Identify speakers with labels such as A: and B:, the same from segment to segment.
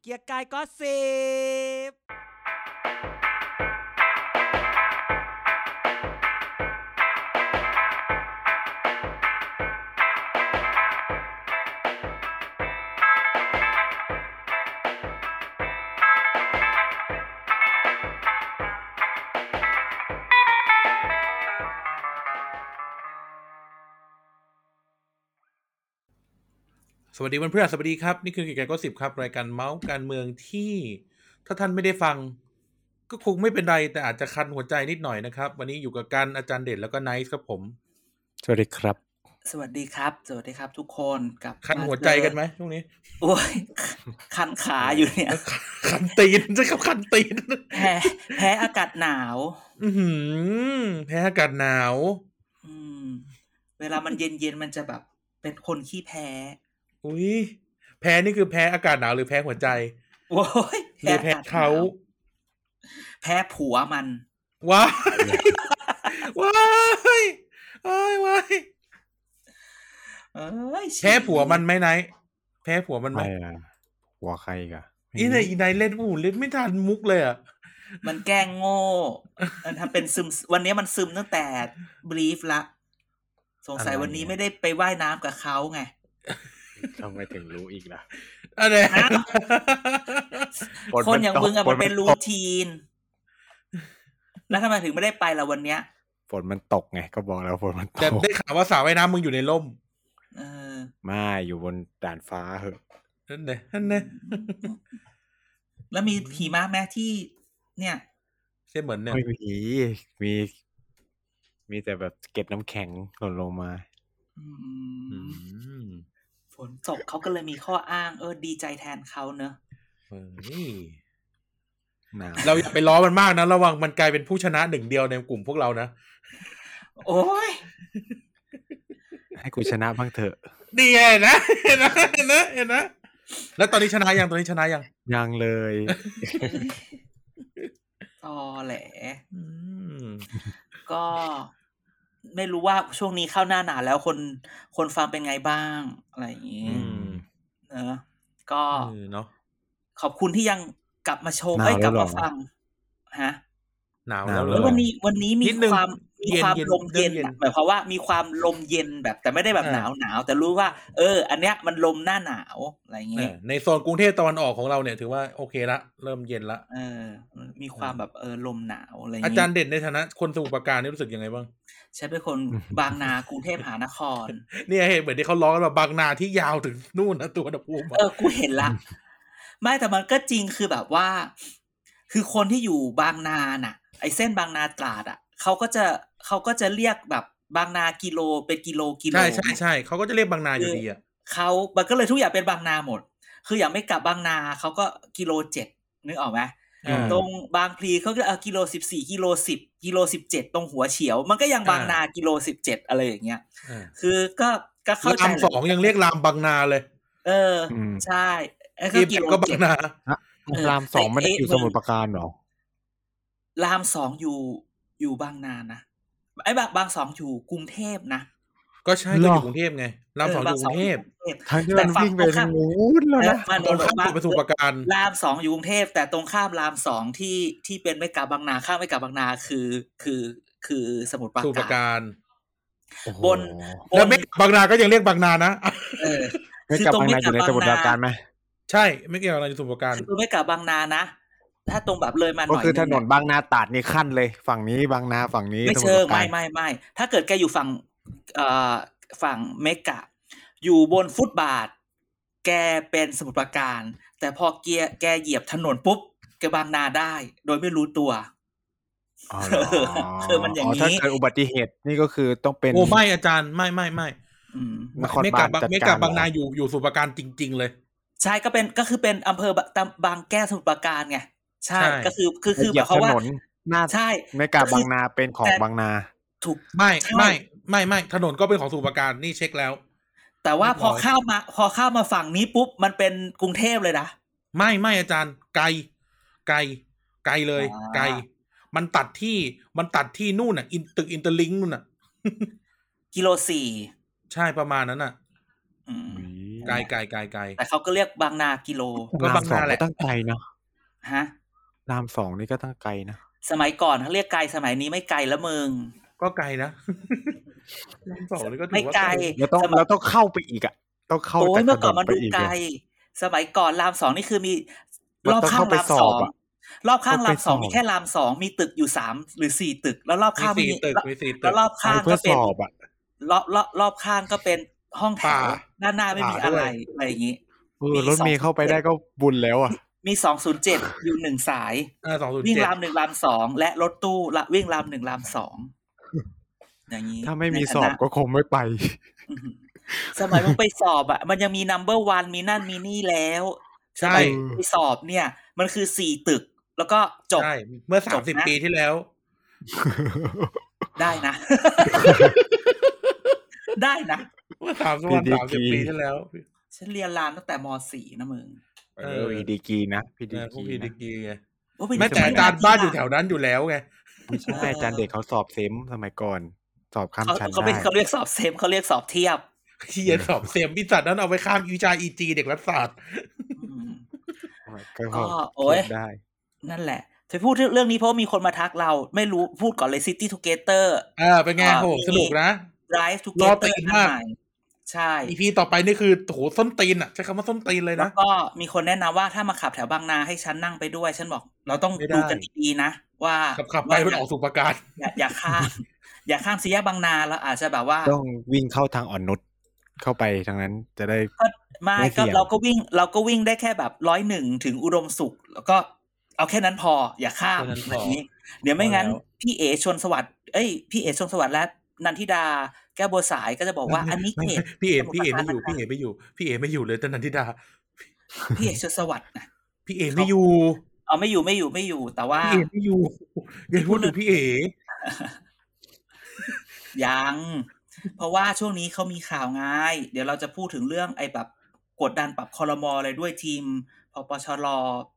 A: เกียร์กายก็สิบ
B: สวัสดีวันพฤหัสบดีครับ นี่คือกิจการก็สิบครับ รายการเมาส์การเมืองที่ ถ้าท่านไม่ได้ฟัง ก็คงไม่เป็นไร แต่อาจจะคันหัวใจนิดหน่อยนะครับ วันนี้อยู่กับกันอาจารย์เด่นแล้วก็ไนท์ครับผม
C: สวัสดีครับ
D: สวัสดีครับ สวัสดีครับทุกคนกลับ
B: คัน
D: มา
B: หัวใจ
D: เจอ
B: กันไหมช่วงนี้
D: โอ้ย คันขาอยู่เนี่ย
B: คันตีน ใช่ครับคันตีน
D: แพ้แพ้อากาศหนาว
B: อือหือแพ้อากาศหนาว
D: อืม เวลามันเย็นเย็นๆมันจะแบบเป็นคนขี้แพ้
B: อุ้ยแพ้นี่คือแพ้อากาศหนาวหรือแพ้หัวใจ
D: โอ้ย
B: หรือแพ้
D: อศหนว
B: เขา
D: แพ้ผัวมัน
B: ว้ายว้าย ว้ายว้าย
D: เอ้ย
B: แพ้ผัวมันไหมไนท์แพ้ผัวมันไหม
C: ไม่อะหัวใครอีกอะ
B: อีไหนอีไหนเล่นอู้เล่นไม่ทันมุกเลยอ่ะ
D: มันแกล้งโง่มันทำเป็นซึม วันนี้มันซึมตั้งแต่บลีฟละ สงสัยวันนี้ไม่ได้ไปว่ายน้ำกับเขาไง
C: ทำไมถึงรู้อีกล่ะ
B: อะไร
D: อ้าว คนอย่างมึงอะมันเป็นรูทีน แล้วทำไมถึงไม่ได้ไปล่ะวันเนี้ย
C: ฝนมันตกไง ก็บอกแล้วฝนมันต
B: แต่
C: ก
B: ได้ข่าวว่าสาวว่ายน้ำมึงอยู่ในร่ม
D: เอ อ
C: ไม่อยู่บนด่านฟ้าเหอะ
B: นั่นแหละนั่นแหละ
D: แล้วมีผีม้าแม้ที่ เนี่ย
B: ใช่เหมือนเนี่ย
C: ไม่มีมี มีแต่แบบเก็บน้ำแข็งหล่นลงมา
D: อืมฝนตกเขาก็เลยมีข้ออ้างเออดีใจแทนเขาเน อะ
B: เฮ้ย
C: หนาว
B: เราอย่าไปล้อมันมากนะระวังมันกลายเป็นผู้ชนะหนึ่งเดียวในกลุ่มพวกเรานะ
D: โอ้ย
C: ให้กูชนะบ้างเถอะ
B: นี่ไงนะเห็นนะเห็นนะเห็นนะแล้วตอนนี้ชนะยังตอนนี้ชนะยัง
C: ยังเลย
D: ตอแหล
B: อืม
D: ก็ ไม่รู้ว่าช่วงนี้เข้าหน้าหนาวแล้วคนคนฟังเป็นไงบ้าง อะไรอย่างงี้
C: อืม
D: เนอะก็
B: เออเนาะ
D: ขอบคุณที่ยังกลับมาโชว์
C: หนาว
D: เอ้ยกลับ
C: แล้วเหรอ
D: มาฟังฮะ
B: หนาว
C: ห
B: แล้
C: นาว ว
B: เหร
C: แล้
D: แล้ว
B: อ
D: วันนี้วันนี้มี
B: นิดนึง
D: ความมี
B: เย็น
D: ความ
B: เย็น
D: ลมเย็น
B: เย็น
D: อะหมายความว่ามีความลมเย็นแบบ แต่ไม่ได้แบบ
B: อ่า
D: หนาวหนาวแต่รู้ว่า เออ อันเนี้ยมันลมหน้าหนาวอะไรอย่าง
B: เอ
D: เงี้ย
B: อในโซนกรุงเทพตะวันออกของเราเนี่ยถือว่าโอเคละเริ่มเย็นละ
D: เออ มีความแบบเออลมหนาวอะไรอย่าง
B: อา
D: เงี้
B: จารย์เด่นในฐานะคนสมุทรปราการนี่รู้สึกยังไงบ้าง
D: ฉันเป็น คนบางนากรุงเทพมหานคร
B: เนี่ยเห็นเหมือนที่เขาล้อกันว่าบางนาที่ยาวถึงนู่นนะตัวอุณหภูมิอะ
D: เออกูเห็น ละ ไม่แต่มันก็จริงคือแบบว่า คือคนที่อยู่บางนาน่ะ ไอ้เส้นบางนาตราดอ่ะเขาก็จะเขาก็จะเรียกแบบบางนากิโลเป็นกิโลกิโล
B: ใช่ใช่ใช่เขาก็จะเรียกบางนาอยู่ดีอ่ะ
D: เขามันก็เลยทุกอย่างเป็นบางนาหมด คืออย่างไม่กลับบางนาเขาก็กิโลเจ็ดนึกออกไหม
C: เออ
D: ตรงบางพลีเขาก็เอากิโลสิบสี่กิโลสิบกิโลสิบเจ็ดตรงหัวเฉียว มันก็ยังบางนากิโลสิบเจ็ดอะไรอย่างเงี้ย
B: เออ
D: คือก็ก็เข้าใจ
B: รามสองยังเรียกรามบางนาเลย
D: เอออ
C: ม
D: ใช่ไอ้
B: เอฟก็บางนา
D: เออ
C: รามสองไม่ได้อยู่
D: เะ
C: สมุทรปราการหรอ
D: รามสองอยู่อยู่บางนานะไอ้บางบางสองอยู่กรุงเทพนะ
B: ก็ใช่
C: ห
B: ก็
C: ร
B: อ
C: อ
B: ยู่กรุงเทพไงรามสองอยู่กรุงเทพ
D: กรุงเทพ
C: ทางที่
D: แต่
C: มัน
D: ฝั่ง
C: วิ่งไป
D: ตรง
C: ทา
D: ข้า
C: ม งนู้นแล้วนะ
D: มัน
B: ตรงข้ามกับสมุทรปราการ
D: รามสองอยู่กรุงเทพแต่ตรงข้ามรามสองที่ที่เป็นไม่กลับบางนาข้ามไม่กลับบางนาคือคือคือสมุทรป
B: สมุทร
D: รา
B: ปาก
D: รา
B: การ ร
C: โอ้โห
D: บน
B: แล้วไม่บางนาก็ยังเรียกบางนานะ อ่ะ
D: เออ
C: ไม่กลับ
D: คือตรง
C: บางนาก อ
D: ไม่ลับ
C: ยู่ในสมุทรปรา
D: บางนา
C: การไหม
B: ใช่ไม่เกี่ยวอะไรกับสมุทรปราการ
D: คือไม่กลับบางนานะ ถ้าตรงแบบเลยมาหน่
C: ก็
D: อย
C: คือถนน
D: ง
C: บางนาตราดนี่ขั้นเลย ฝั่งนี้บางนาฝั่งนี้
D: ไม่
C: สมุท
D: เชิ
C: รป
D: ง
C: ราการ
D: ไม่ไม่ไม่ถ้าเกิดแกอยู่ฝั่งเอ่อฝั่งเมกะ อยู่บนฟุตบาท แกเป็นสมุทรปราการ แต่พอเกียร์แกเหยียบถนนปุ๊บแกบางนาได้ โดยไม่รู้ตัว
C: อ๋อเหร
D: คือมันอย่างนี้
C: ถ้าเกิดอุบัติเหตุนี่ก็คือต้องเป็น
B: โอ้ไม่อาจารย์ไม่ไม่ไม่
D: อืม
C: นคร
B: ไม่
C: บา
B: กั
C: ลจัดการ
B: ไม่กับบางนา
C: เห
B: อ
C: รอ
B: ยู่อยู่สมุทรปราการจริง ๆ เลย
D: ใช่ก็เป็นก็คือเป็นอำเภอบะตำบางแก้สมุทรปราการไงใช่
B: ใช่
D: ก็คือคือคือ
C: เห
D: แบ
C: ยีย
D: บบ เขา
C: ถ
D: มว่าน
C: นหน้า
D: ใช่
C: ไม่กลับ
D: ก็คื
C: บา
D: อ
C: งนาเป็นของบางนา
D: ถูก
B: ไม่
D: ใช่
B: ไม่ไม่ไม่ถนนก็เป็นของสมุทรปราการนี่เช็คแล้ว
D: แต่ว่าพอ
B: เรียบร้อย
D: เข้ามาพอเข้ามาฝั่งนี้ปุ๊บมันเป็นกรุงเทพเลยนะ
B: ไม่ไม่อาจารย์ไกลไกลไกลเลย
D: อ่า
B: ไกล มันตัดที่มันตัดที่นู่นน่ะอินตึกอินเตอร์ลิงนู่นน่ะ
D: กิโลสี่
B: ใช่ประมาณนั้นน่ะ
D: อืม
C: อุ๊ย
B: ไกลไกลไกลไกล
D: แต่เขาก็เรียกบางนากิโล
B: ก็
C: ราม
B: บาง
C: สอง
B: นาแห
C: ก็
B: ละ
C: ตั้งไกลเนาะ
D: ฮะ
C: รามสองนี่ก็ตั้งไกลนะ
D: สมัยก่อนเขาเรียกไกลสมัยนี้ไม่ไกลแล้วมึง
B: ก็ไกลนะ รามสองนี่ก็ถือว่า
D: ไม่ไกล
C: แล้วต้อง
D: สมัย
C: แล้วต้องเข้าไปอีกอะต้องเข้า
D: โอ้ย
C: จาก
D: เมื่อก่อนมัน
C: ถ
D: ดู
C: ไป
D: ไกล
C: ะ
D: สมัยก่อนรามสองนี่คือมี
C: มัน
D: รอบ
C: ต้อง
D: ข้าง
C: เข้าไป
D: ราม
C: ส
D: ส
C: อ
D: อบ ง
C: อะ
D: รอบข้าง
C: ต้องไป
D: รามส
C: ส
D: อง
C: อบ
D: มีแค่รามสองมีตึกอยู่สามหรือสี่ตึก แล้วรอบ
B: มี
D: ข้าง
B: สี่ตึกมีสี่ตึ
D: แล้ว
B: ก
D: รอบข้าง
C: ไปเพื่
D: ก็
C: อ
D: เป็
C: ส
D: น
C: อบอะ
D: รอบรอบรอบข้างก็เป็นห้องแถว
B: ป่า
D: ด้านหน้าไม่มี
C: ป่าด้
D: อะ
C: วย
D: ไรอะไรอย่างนี้
C: เออ
D: มี
C: รถเมย์
D: สอง
C: เข้าไปได้ก็บุญแล้วอะ
D: มีสองศูนย์เจ็ดอยู่หนึ่งสาย
B: อ่าสองศูนย์
D: วิ่ง
B: เจ็ด
D: รามหนึ่งรามสองและรถตู้ละวิ่งรามหนึ่งรามสองอย่างนี้
C: ถ้าไม่มี
D: ในฐนะ
C: สอบก็คงไม่ไป
D: อือหือสมัยมึงไปสอบอ่ะ มันยังมีนัมเบอร์วันมีนั่นมีนี่แล้ว
B: ใช่
D: สมัยไปสอบเนี่ย มันคือสี่ตึก แล้วก็จบ
B: ใช่ เมื่อสา
D: จ
B: ม
D: บ
B: สิบ
D: นะ
B: ปีที่แล้ว
D: ได้นะ ได้นะ
B: เมื่อสามสิบวัน
C: PDP
B: สามสิบปีที่แล้ว
D: ฉันเรียนรามตั้งแต่มสี่นะมึง
C: เออพีดีกรีนะพีดี
B: นะพวก
C: ก
B: พีดี
C: รีนะ
B: กีไง
D: โอ้เป็น
B: แม้แต่อาจารย์บ้านอยู่แถวนั้นอยู่แล้วไง
C: ไม่ใช่อาจารย์เด็กเขาสอบเซมสมัยก่อน สอบข้าม
D: เขา
C: ชั้น
D: เขา
C: ได้
D: ไม่เขาเรียกสอบเซมเขาเรียกสอบเทียบ
B: เขียนสอบเสียมพิสัตว์นั้นเอาไว้ข้ามวิชาอีจีเด็กรัฐศาสตร์
D: อืม
C: ก็
D: ก็โอ๊ย
C: เก็บได้
D: นั่นแหละไปพูดเรื่องนี้เพราะว่ามีคนมาทักเราไม่รู้พูดก่อนเลย City Together
B: อ่าเป็นไง
D: อ่า
B: โห
D: มี
B: สนุกนะ
D: Drive
B: รอ
D: Together
B: ตี
D: อั
B: น
D: น
B: มาก
D: ใหม่ใช่
B: อีพีต่อไปนี่คือโหส้นตีนอ่ะใช้คำว่าส้นตีนเลย
D: แล้
B: นะ
D: วก็มีคนแนะนำว่าถ้ามาขับแถวบางนาให้ฉันนั่งไปด้วย ฉันบอก เราต้อง
B: ไม่ได้
D: ดูกันดีๆนะ ว่า
B: ขับขับๆไป
D: ว่า
B: มันออกสู่ประการ
D: อย่าอย่าข้าม อย่าข้ามสี่แยกบางนาเราอาจจะแบบว่า
C: ต้องวิ่งเข้าทางอ่อนนุชเข้าไปทางนั้นจะได้
D: ไม่
C: ไม่
D: ก็
C: เสี่ยง
D: เราก็วิ่งเราก็วิ่งได้แค่แบบร้อยหนึ่งถึงอุดมสุข แล้วก็เอาแค่นั้นพออย่าข้ามอะไรอย่างนี้ เดี๋ยวไม่งั้น พี่เอชนสวัสดิ์เอ้ยพี่เอชนสวัสดิ์และนันทิดา แก้วบัวสายก็จะบอกว่าอันนี้เขต
B: พี่เอพี่เอไม่อยู่พี่เอไม่อยู่พี่เอไม่อยู่เลยตอนนันทิดา
D: พี่เอชนสวัสดิ์นะ
B: พี่เอไม่อยู่
D: เอาไม่อยู่ไม่อยู่ไม่อยู่ แต่ว่า
B: พี่เอไม่อยู่อย่าพูดถึงพี่เอ
D: ยัง เพราะว่าช่วงนี้เขามีข่าวไงเดี๋ยวเราจะพูดถึงเรื่องไอ้แบบกดดันปรับคอรมออะไรด้วยทีมพปชร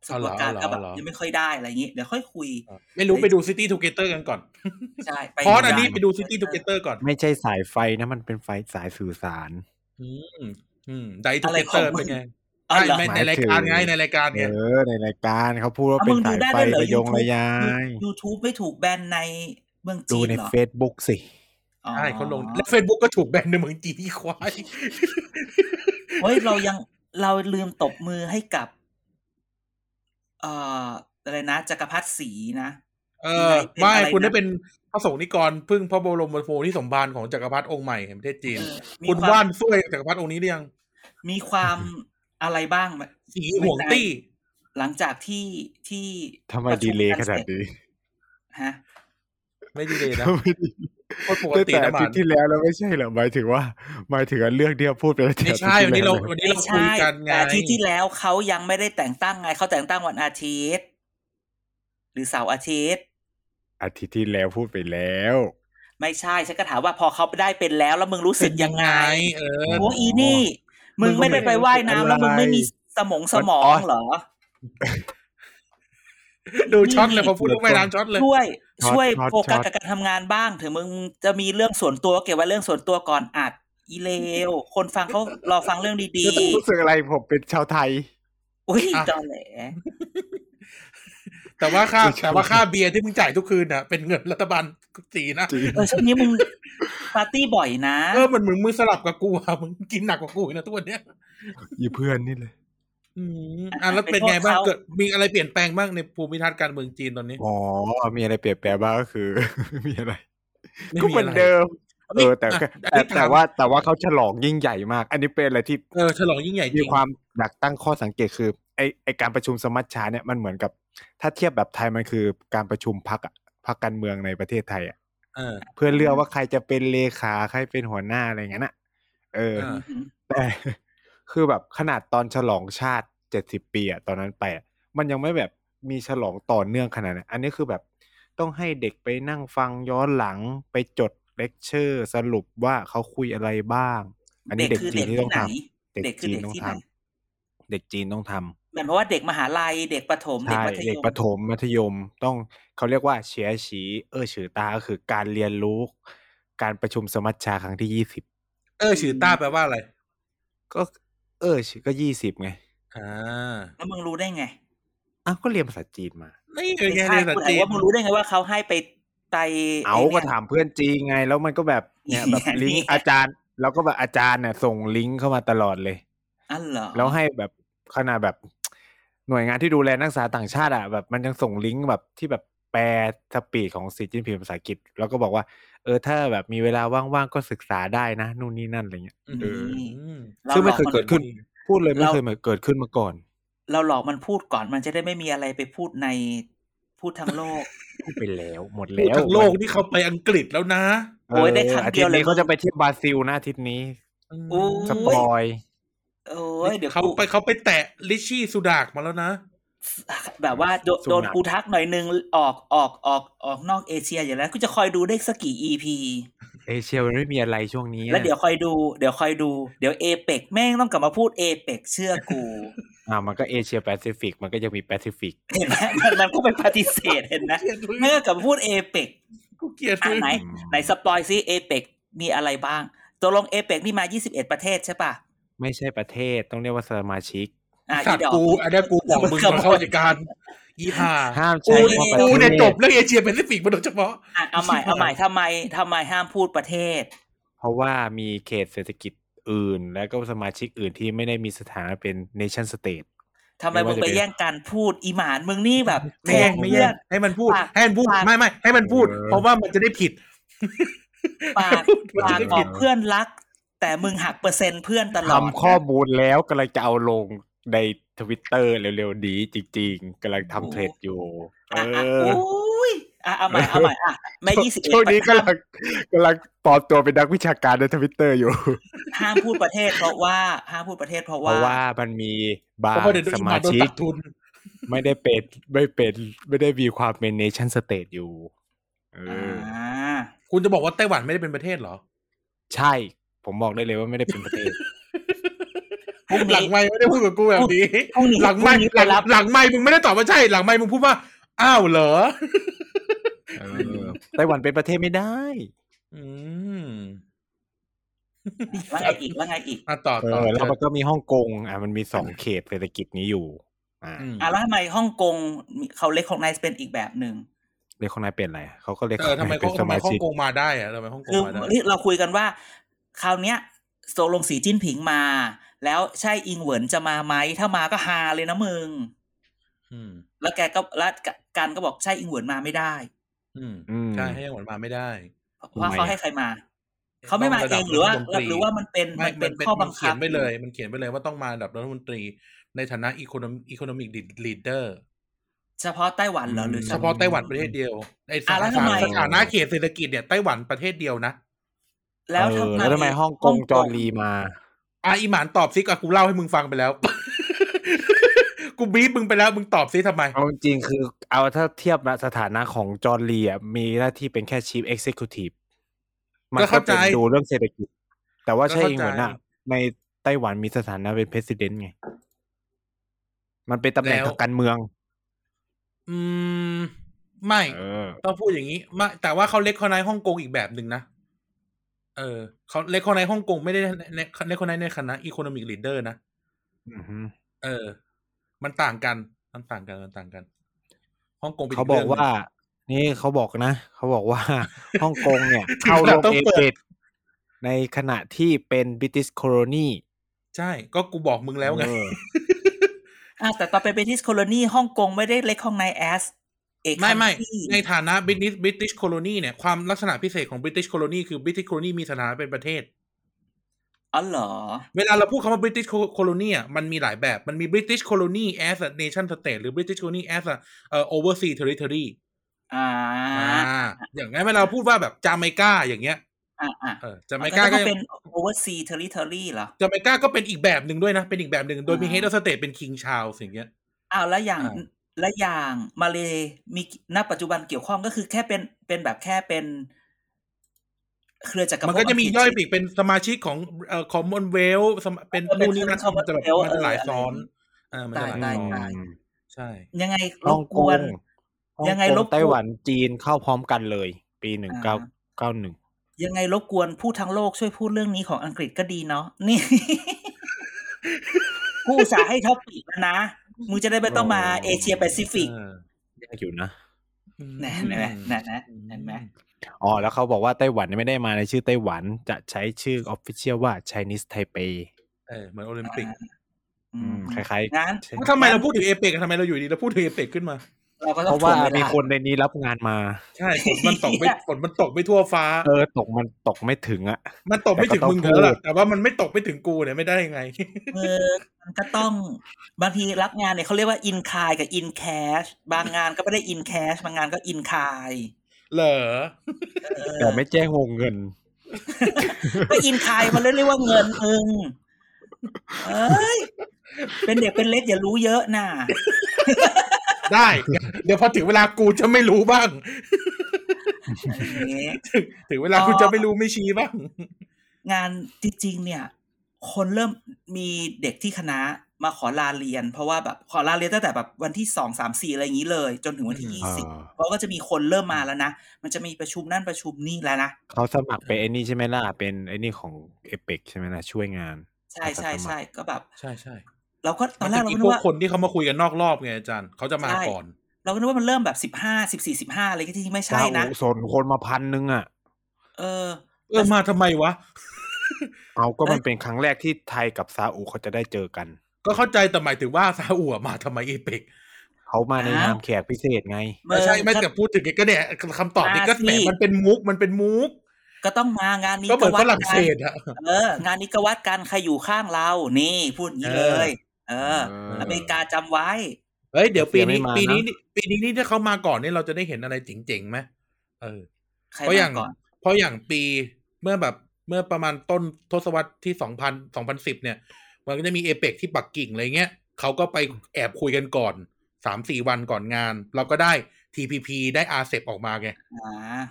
D: สมการก็แบบยังไม่ค่อยได้อะไรอย่างนี้เดี๋ยวค่อยคุย
B: ไม่รู้ไปดูซิตี้ทูเกเตอร์กันก่อน
D: ใช่ไป
B: พอสอันนี้
D: ได้
B: ไปดูซิตี้ทูเกเตอร์ก่อน
C: ไม่ใช่สายไฟนะมันเป็นไฟสายสื่อสาร
B: อืมอืมไดทูเกเตอร์เป็นไง
D: อ๋อเหรอ
B: ไม่
C: หมายถึง
B: ในรายการไงในรายการ
C: เอ
B: ไง
C: อในรายการเขาพูดว่า
D: เอา
C: เป็
D: มึ
C: น
D: งดู
C: สาย
D: ได้
C: ไฟ
D: ด้วยเหรอ
C: ระยง
D: YouTube
C: ระยาย
D: YouTube ไม่ถูกแบนในเมือง
C: ดู
D: จีน
C: ใน
D: เหรอ
C: Facebook สิ
D: อ๋อ
B: ใช่เขาลงและเฟซบุ๊กก็ถูกแบนในเมืองจีนอีควาย
D: เฮ้ยเรายังเราลืมตบมือให้กับ เอ่ออะไรนะจักรพรรดิศรีนะ
B: เออ
D: ไม่
B: ไม่
D: เป็นอะไร
B: คุณได้
D: นะ
B: เป็นพระสงฆ์นิกรพึ่งพระบรมโพธิสมภารของจักรพรรดิองค์ใหม่แห่งประเทศจีน
D: เออมี
B: คุณ
D: วา
B: ว่าม นช่วยจักรพรรดิองค์นี้หรือยัง
D: มีความอะไรบ้าง
B: สีห่วงตี้
D: หลังจากที่ที่
C: ทำไม
D: ประชุ
C: ดีเลย
D: กั
C: ข
D: ส
C: นา
D: ร็
C: ด
D: จ
C: นี้
D: ฮะ
B: ไม่ดีเลยนะ
C: ทำไมดี
B: โคตรปก
C: ตั้ง
B: ติ
C: แต่
B: นะ
C: อา
B: มั
C: ทิต
B: น
C: ย์ที่แล้วแล้วไม่ใช่เหรอหมายถึงว่าหมายถึงเรื่องที่เราพูดไปแล้วแต่
B: ไม่ใช่
C: อา
B: วันนี้
C: ทิตย์ที่
B: เรา
C: แล้ว
B: วันนี้
D: ไม่
B: เรา
D: ใช่
B: คุยกันไง
D: แต่อาทิตย์ที่แล้วเขายังไม่ได้แต่งตั้งไงเขาแต่งตั้งวันอาทิตย์ หรือเสาร์อาทิตย์
C: อาทิตย์ที่แล้วพูดไปแล้ว
D: ไม่ใช่ฉันก็ถามว่าพอเขาได้เป็นแล้ว แล้วมึงรู้สึกยังไง
B: เออ
D: โอ้อีนี่ มึงไม่ได้ไปว่ายน้ำแล้วมึงไม่มีสมองสมองเหรอ
B: ดูช็อตเลยพอพูดเรื่องว่ายน้ำช็อตเลย
D: ช่วย
C: ช็อต
D: ช่วย
C: ช็อต
D: โฟกั
C: ช็อ
D: ส
C: ต
D: กับการทำงานบ้าง ถึงมึงจะมีเรื่องส่วนตัวเก็บไว้เรื่องส่วนตัวก่อนอัดอีเลวคนฟังเขารอฟังเรื่องดี
C: รู้สึกอะไรผมเป็นชาวไทย
D: ๆอุ้ย
B: อ่ะ
D: จอแหล
B: แต่ว่าค่า
C: ไม่ใช่
B: แต่ว่าค่าเบียร์ที่มึงจ่ายทุกคืนน่ะเป็นเงินรัฐบาลจีนนะ
C: จริง
D: เออช่วงนี้มึงปาร์ตี้บ่อยนะ
B: เออมันเหมือนมึงสลับกับกูอะมึงกินหนักกว่ากูอีกนะทุกวันเนี้ย
C: อีเพื่อนนี่เลย
B: อืมอ่ะแล้วเป็นไงบ้าง
D: ไปโทษเขา
B: เกิดมีอะไรเปลี่ยนแปลงบ้างในภูมิทัศน์การเมืองจีนตอน นี้
C: อ๋อ มีอะไรเปลี่ยนแปลงบ้างก็คือ มีอะไร
B: ไม่
C: ก็
B: มี
C: เหมือน
B: อะไร
C: เดิม เออ แต่ก็
B: อ่ะอัน
C: แต่
B: นี้ถาม
C: แต่ว่าแต่ว่าเขาฉลองยิ่งใหญ่มาก อันนี้เป็นอะไรที่
B: เออฉลองยิ่งใหญ่จ
C: มี
B: ริง
C: ความหนักตั้งข้อสังเกตคือ ไอไอการประชุมสมัชชาเนี่ยมันเหมือนกับ ถ้าเทียบแบบไทยมันคือการประชุมพักอะพักการเมืองในประเทศไทยอะ
B: เออ
C: เพื่อเลือกว่าใครจะเป็นเลขาใครเป็นหัวหน้าอะไรอย่างนั้นอะเออ
B: อ่า
C: แต่ คือแบบขนาดตอนฉลองชาติเจ็ดสิบปีอะตอนนั้นไปอะมันยังไม่แบบมีฉลองต่อเนื่องขนาดนั้นอันนี้คือแบบต้องให้เด็กไปนั่งฟังย้อนหลังไปจดเลคเชอร์ สรุปว่าเขาคุยอะไรบ้าง อันนี้เด็ก
D: คือ
C: จีนที่ต้องทำ
D: เด็กคือ
C: จีน
D: เด็ก
C: ต้อง
D: ที่
C: ทำ
D: ไหน
C: เด็กจีนต้องทำ
D: หมายความว่าเด็กมหาลัยเด็กประถมเด็ก
C: ใช่
D: มัธยม
C: เด็กประถมมัธยมต้องเขาเรียกว่าเฉียฉีเออฉือตาก็คือการเรียนรู้ การประชุมสมัชชาครั้งที่ยี่สิบ
B: เออชื่อต้าแปลว่าอะไร
C: ก็ เออก็ยี่สิบไง
B: อ่า
D: แล้วมึงรู้ได้ไง
C: อ้าวก็เรียนภาษาจีนมา
B: นี่เป็นไง
D: ใช่
B: เนี่ยสัจ
D: กูถาม
B: จีน
D: ว่ามึงรู้ได้ไงว่าเขาให้ไปไต
C: เอา
D: ไนี่ย
C: ก็ถามเพื่อนจีนไง แล้วมันก็แบบเนี่ย แบบ
D: เนี่ย
C: ลิงก์
D: เนี่ย
C: อาจารย์ แล้วก็แบบอาจารย์เนี่ยส่งลิงก์เข้ามาตลอดเลย
D: อันเหรอ
C: แล้วให้แบบขนาดแบบ หน่วยงานที่ดูแลนักศึกษาต่างชาติอ่ะแบบมันยังส่งลิงก์แบบที่แบบแปลสปีดของสีจิ้นผิงภาษาอังกฤษ แล้วก็บอกว่า เออถ้าแบบมีเวลาว่างๆก็ศึกษาได้นะนู่นนี่นั่นอะไรเงี้ย
B: เอออืม
D: รา
C: ซึ่งไม่เคย
D: หลอ
C: เกิดขึ้น พูดเลยไม่เคยเกิดขึ้นมาก่อน
D: เราหลอกมันพูดก่อนมันจะได้ไม่มีอะไรไปพูดในพูดทางโลก
C: พูดไปแล้วหมด
B: พู
C: แล้
B: ด
C: ว
B: ทั้งโลกนี่เขาไปอังกฤษแล้วนะ
D: โอ้ยได้ครั้งเดียวเล
C: อาทิต
D: ย
C: นี้เขาจะไปเที่ยวบราซิลนะอาทิตย์นี้
D: โอ้
C: สปอย
D: โอ้ยเดี๋ยว
B: เขา
D: กู
B: ไปเขาไปแตะลิชชี่สุดากมาแล้วนะ
D: แบบว่าโดโดนกูทักหน่อยนึงออกออกออกออกนอกเอเชียอย่างแล้วกูจะคอยดูได้สักกี่ EP
C: เอเชียมันไม่มีอะไรช่วงนี้
D: แล้วเดี๋ยวคอยดูเดี๋ยวคอยดู เดี๋ยวเอเปกแม่งต้องกลับมาพูดเอเปกเชื่อกู
C: อ่ามันก็เอเชียแปซิฟิกมันก็ยังมีแปซิฟิก
D: เห็นไหม มันมันก็เป็นปฏิเสธเห็นไหม
B: เกลียดมึง
D: แม่งก็กลับมาพูดเอเปก
B: กูเกลียด
D: อ่ะ
B: มึง
D: ไหนไหนสปอยซิเอเปกมีอะไรบ้างตกลงเอเปกนี่มา 21 ประเทศใช่ป่ะ
C: ไม่ใช่ประเทศต้องเรียกว่าสมาชิก
D: อ่ะ
B: สั
D: อี
B: ตว์
D: ดอก
B: กูอันเนี้ยกูบอกมึง
D: ครับ
B: ก่อนเข้าราชการอีห่า
C: ห้าม
B: กู
C: ใช้คำว่าประ
B: กู
C: เท
B: เนี่ย
C: ศ
B: จบเรื่องเอเชียแปซิฟิกมาโดยเฉพาะ
D: อ่ะเอาใหม่เอาใหม่ทำไมทำไมห้ามพูดประเทศ
C: เพราะว่ามีเขตเศรษฐกิจอื่น และก็สมาชิกอื่นที่ไม่ได้มีสถานะเป็น nation state
D: ทำไม
C: ไม่
D: มึ
C: ว่างจะ
D: ไป
C: เป็น
D: แย่งการพูดอีหมานมึงนี่แบบ
B: ไม่แย่ง
D: โกรธ
B: ไม่แย่ง
D: เพื่อน
B: ให้มันพูด
D: ปาก
B: ให้มันพูด
D: ปาก
B: ไม่ไม่ให้มันพูด
C: เออ
B: เพราะว่ามันจะได้ผิด
D: ปาก
B: มัน
D: ปา
B: จะ
D: ก
B: ได้
D: ออ
B: ผิด
D: กเพื่อนรัก แต่มึงหักเปอร์เซ็นต์เพื่อนตลอด
C: ทำข้อมูลแล้วกำลังจะเอาลงในทวิตเตอร์เร็วๆนี้จริงๆกำลังทำเทรดอยู่ เอ
D: อ่ะอ่ะ
C: อ
D: อุ้ยอ่ะเอาใหม่เอาใหม่อ่ะไม่ยี่สิบเอ็ด
C: ช่วงนี้กำลังกำลังปลอมตัวเป็นนักวิชาการในทวิตเตอร์อยู่
D: ห้ามพูดประเทศ เพราะว่าห้ามพูดประเทศเพราะ
C: เพ
D: ว่า
C: ราะว่ามันมีบาง
B: เพราะว่าเดี๋ยว
C: ส
B: อีห
C: มา
B: มาโดน
C: ชิก
B: ตัดทุน
C: ไม่ได้เป็นไม่เป็นไม่ได้มีความเป็น nation state อยู่เอ
D: อ่
C: อ
D: า
B: คุณจะบอกว่าไต้หวันไม่ได้เป็นประเทศเหรอ
C: ใช่ ผมบอกได้เลยว่าไม่ได้เป็นประเทศ
D: พรุ่ง
B: หลั
D: นี้
B: งไม่ไม่ได้พูดกับกูแบบนี้
D: พรุ่งนี้
B: หลังไม่
D: พรุ่งนี้
B: หลัง
D: ไปรับ
B: หลังไม่มึงไม่ได้ตอบว่าใช่หลังไม่มึงพูดว่าอ้าวเหรอ
C: เออไต้หวันเป็นประเทศไม่ได้
B: อืม
D: ว่าไงอีกว่าไงอีก
B: อ่ะต่อ
C: เอ
B: ต่อ
C: อแล้วมันก็มีฮ่องกงอ่ะมันมีสองเขตเศรษฐกิจนี้อยู่ อ่า
B: อืม
D: อ่ะแล้วทำไมฮ่องกงเขาเล็กของนายเป็นอีกแบบหนึ่ง
C: เรียกของนายเป็นอะไรอ่ะเขาก็เรียก
B: เออทำไม
C: เป็
B: เขา
C: นส
B: ทำไม
C: มา
B: ฮ่อง
C: ชิก
B: กงมาได้อะทำไมฮ่องกง
D: คือ
B: มาได้
D: เราคุยกันว่า คราวเนี้ยโซลงสีจิ้นผิงมา แล้วใช่อิงเหวินจะมาไหมถ้ามาก็ฮาเลยนะมึง
B: อืม
D: แล้วแกก็แล้วกันก็บอกใช่อิงเหวินมาไม่ได้
B: อืม
C: อืม
B: ใช่ให้ยังหวนมาไม่ได้
D: เพราะ
C: ทำไม
D: เขา
C: อ่ะ
D: ให้ใครมา เขาไม่มาเองหรือว่า
B: ต้องระดับรัฐมนตรี
D: หรือว่ามันเป็น
B: ไม่
D: มัน
B: มั
D: เป็น
B: นเป็น
D: ข้อ
B: มั
D: บั
B: น
D: งคั
B: เขีย
D: บ
B: นไปเลย มันเขียนไปเลยว่าต้องมาอันดับรัฐมนตรี ในฐานะอีโคโนมอีโคโนมิกลีดเดอร์
D: เฉพาะไต้หวันเหรอหรือ
B: เฉพาะไต้หวันประเทศเดียวไอ้ส
D: ะแล้วทำ
B: ถา
D: ไม
B: นสถานะเขตเศรษฐกิจเนี่ยไต้หวันประเทศเดียวนะ
D: แล้ว
C: เออ
D: ทำไม
C: แล้วทำไมฮ่องกงจอร์ลีมา
B: อ่ะอีหมานตอบซิกอ่ะกูเล่าให้มึงฟังไปแล้ว กูบีบมึงไปแล้วมึงตอบซิทำไม
C: เอาจริงๆคือเอาถ้าเทียบนะสถานะของจอร์ลีอ่ะมีหน้าที่เป็นแค่ chief executive มัน
B: ก็
C: ก็
B: เข้าใจ
C: เป็นดูเรื่องเศรษฐกิจ แต่ว่าใช่
B: ก็
C: อิ
B: เข้างใจ
C: เหมือนอ่ะในไต้หวันมีสถานะเป็น president ไง มันเป็นตำแหน่งทางการเมือง
B: อืม ไม่
C: เออ
B: ต้องพูดอย่างนี้ไม่แต่ว่าเขาเล็กคอนไนฮ่องกงอีกแบบหนึ่งนะ เออเขาเล็กคอนไนฮ่องกงไม่ได้เล็กคอนไนในคณะอีโคโนมิกลีดเดอร์นะ
C: อือฮึ
B: เออ มันต่างกันมันต่างกันมันต่างกันฮ่องกงป็น
C: เขาบอก
B: รื่งหนึ่ง
C: ว่า นี่เขาบอกนะ เขาบอกว่า ฮ่องกง เนี่ย
B: ถึง
C: เข้า
B: เรา
C: ร่วม
B: ต้อง
C: เอ
B: เปิด
C: เปดในขณะที่เป็นบริติชโคโลนี
B: ใช่ ก็กูบอกมึงแล้วไง
D: อ่ะแต่ตอนเป็นบริทิชโคโลนีฮ่องกงไม่ได้เล็กของนายแอสเอก
B: ไม่ ไม่
D: คันทรี
B: ในฐานะบริ i ิ b บริติชโคโลนีเนี่ยความลักษณะพิเศษของบริ i ิชโคโลนีคือบริ i ิชโคโลนีมีสถานะเป็นประเทศ
D: อ๋อเหรอ
B: เวลาเราพูดคำว่าบริ i ิชโคโลนีอ่ะมันมีหลายแบบ มันมีบริ i ิชโคโลนี as a nation state หรือบริ i ิชโคโลนี as a เอ่อ overseas territory
D: อ่า
B: อ่าอย่างงั้นเวลาเราพูดว่าแบบจาเมกาอย่างเงี้ย
D: อ่าอ่า
B: เออจาเมกาก็
D: ก็
B: ยั
D: เป็
B: ง
D: น oversea territory เหรอ
B: จาเมกาก็เป็นอีกแบบหนึ่งด้วยนะ เป็นอีกแบบหนึ่งโดยมี
D: อ่า
B: head of state เป็น king charles อย่างเงี้ย
D: อ้าวแล้วอย่าง
B: อ่า
D: และอย่างมาเลมีณปัจจุบันเกี่ยวข้องก็คือแค่เป็นเป็นแบบแค่เป็น เครือจักรภพ
B: มันก็จะมีย่อยไป
D: ปิด
B: อีกเป็นสมาชิกของเอ่อ commonwealth สมาเป็น
D: เออเป็น
B: นู่นนี่นั่น
D: Commonwealth
B: มันจะแบบมันจะหลายซ้อนเอ่ามันจะหลาย
D: ตาย
B: ซ้อน
D: ตาย
B: ใช่
D: ยังไงร
C: ฮ่อบ ง
D: ก
C: ก
D: ว
C: ง
D: น
C: ฮ่อ
D: ยังไงรบกวน
C: ไต้หวันจีนเข้าพร้อมกันเลย ปีหนึ่งเก้า
D: อ่า
C: เก้าหนึ่ง
D: ยังไงรบกวนผู้ทั้งโลกช่วยพูดเรื่องนี้ของอังกฤษก็ดีเนาะนี่ กูอุตสาห์ให้ท็อปปิกแล้วนะ มึงจะได้ไม่ต้องมาเอเชียแปซิฟิก
B: อ่า
C: ยากอยู่นะ
D: นะนะนะนะเห็นไหม
C: อ๋อแล้วเขาบอกว่าไต้หวันไม่ได้มาในชื่อไต้หวันจะใช้ชื่อออฟฟิเชียลว่า Chinese Taipei
B: เออเหมือนโอลิมปิก
D: อื
C: อื
D: ม
C: มคล้ายๆ
D: งั้น
C: อืม
B: ทำไมเราพูดถึงเอเปกทำไมเราอยู่ดีเราพูดถึงเอเปกขึ้นมา
D: เราก็ต้
C: เพ
D: อง
C: ราะว่า
D: ถ่วงเ
C: มีคนในนี้รับงานมา
B: ใช่ฝนมันตกไม่ฝนมันตกไม่ทั่วฟ้า
C: เออตกมันตกไม่ถึงอ่ะ
B: มันตกไม่ถึงมึง
C: แต่ก็
B: แล้วล่ะ
C: ต้องพูด
B: แต่ว่ามันไม่ตกไม่ถึงกูเนี่ยไม่ได้ยังไง
D: เออมันก็ต้องบางทีรับงานเนี่ยเขาเรียกว่าอินคายกับอินแคชบางงานก็ไม่ได้อินแคชบางงานก็อินคาย
B: เหรอ
D: เออ
C: แต่ไม่แจ้งวงเงิน
D: ก็อินคายมันเลยเรียกว่าเงินเองเอ้ยเป็นเด็กเป็นเล็กอย่ารู้เยอะน่ะ
B: ได้ เดี๋ยวพอถึงเวลากูจะไม่รู้บ้าง
D: อย่างเงี้ย
B: ถึงเวลากูจะไม่รู้ไม่ชี้บ้าง
D: งานจริงๆเนี่ย คนเริ่มมีเด็กที่คณะมาขอลาเรียน เพราะว่าแบบขอลาเรียนตั้งแต่แบบวันที่สองสามสี่อะไรอย่างนี้เลย จนถึงวันที่ยี่
C: อ่า
D: สิบเพราะก็จะมีคนเริ่มมาแล้วนะมันจะมีประชุมนั่นประชุมนี่แล้วนะ
C: เขาสมัครเป็นไอ้นี่ใช่ไหมล่ะ เป็นไอ้นี่ของเอเปกใช่ไหมล่ะ ช่วยงาน
D: ใช่ใช่ใช่ก็แบบ
B: ใช่ใช่
D: เราก็ตอนแรกเรา
B: มี
D: ก็
B: พ
D: นึ
B: ว
D: ก
B: ก
D: ว่า
B: คนที่เขามาคุยกันนอกรอบไงอาจารย์เขาจะมา
D: ใช่
B: ก่อน
D: เราก็นึกว่ามันเริ่มแบบสิบห้าสิบสี่สิบห้าอะไรก็ที่ไม่
C: ใช่
D: ใช่
C: นะ
D: นะ
C: สนคนมาพันนึงอ่ะ
D: เออ
B: เออมาทำไมวะ
C: เอาก็
D: เอ้ย
C: มันเป็นครั้งแรกที่ไทยกับซาอุเขาจะได้เจอกัน
B: ก็เข้าใจแต่หมายถึงว่าซาอุอะมาทำไมเอเปก
C: เขามาในนามแขกพิเศษไง
B: ไม่ใช่ไม่แต่พูดถึงก็เนี่ยคำตอบนี้ก็แหมมันเป็นมุกมันเป็นมุก
D: ก็ต้องมางานนี้
B: ก็เหมือน
D: วั
B: ฝ
D: ด
B: รั่งเศสอะ
D: เออ งานนี้ก็วัดกันใครอยู่ข้างเรา นี่พูดอย่างนี้เลย เออ
B: เออ
D: อเมริกาจำไว้
B: เฮ้ยเดี๋ยวปีนี้
C: ไม่มานะ
B: ปีนี้นี่ปีนี้นี่ถ้าเขามาก่อนเนี่ยเราจะได้เห็นอะไรเจ๋งๆไหมเออ
D: ใคร
B: เพราะอย่าง
D: มาก่อน
B: เพราะอย่างปีเมื่อแบบเมื่อประมาณต้นทศวรรษที่สองพันสองพันสิบเนี่ย มันก็จะมีเอเปกที่ปักกิ่งอะไรเงี้ยเขาก็ไปแอบคุยกันก่อนสามสี่วันก่อนงาน เราก็ได้ TPP ได้ RCEP ออกมาไง
D: อ่า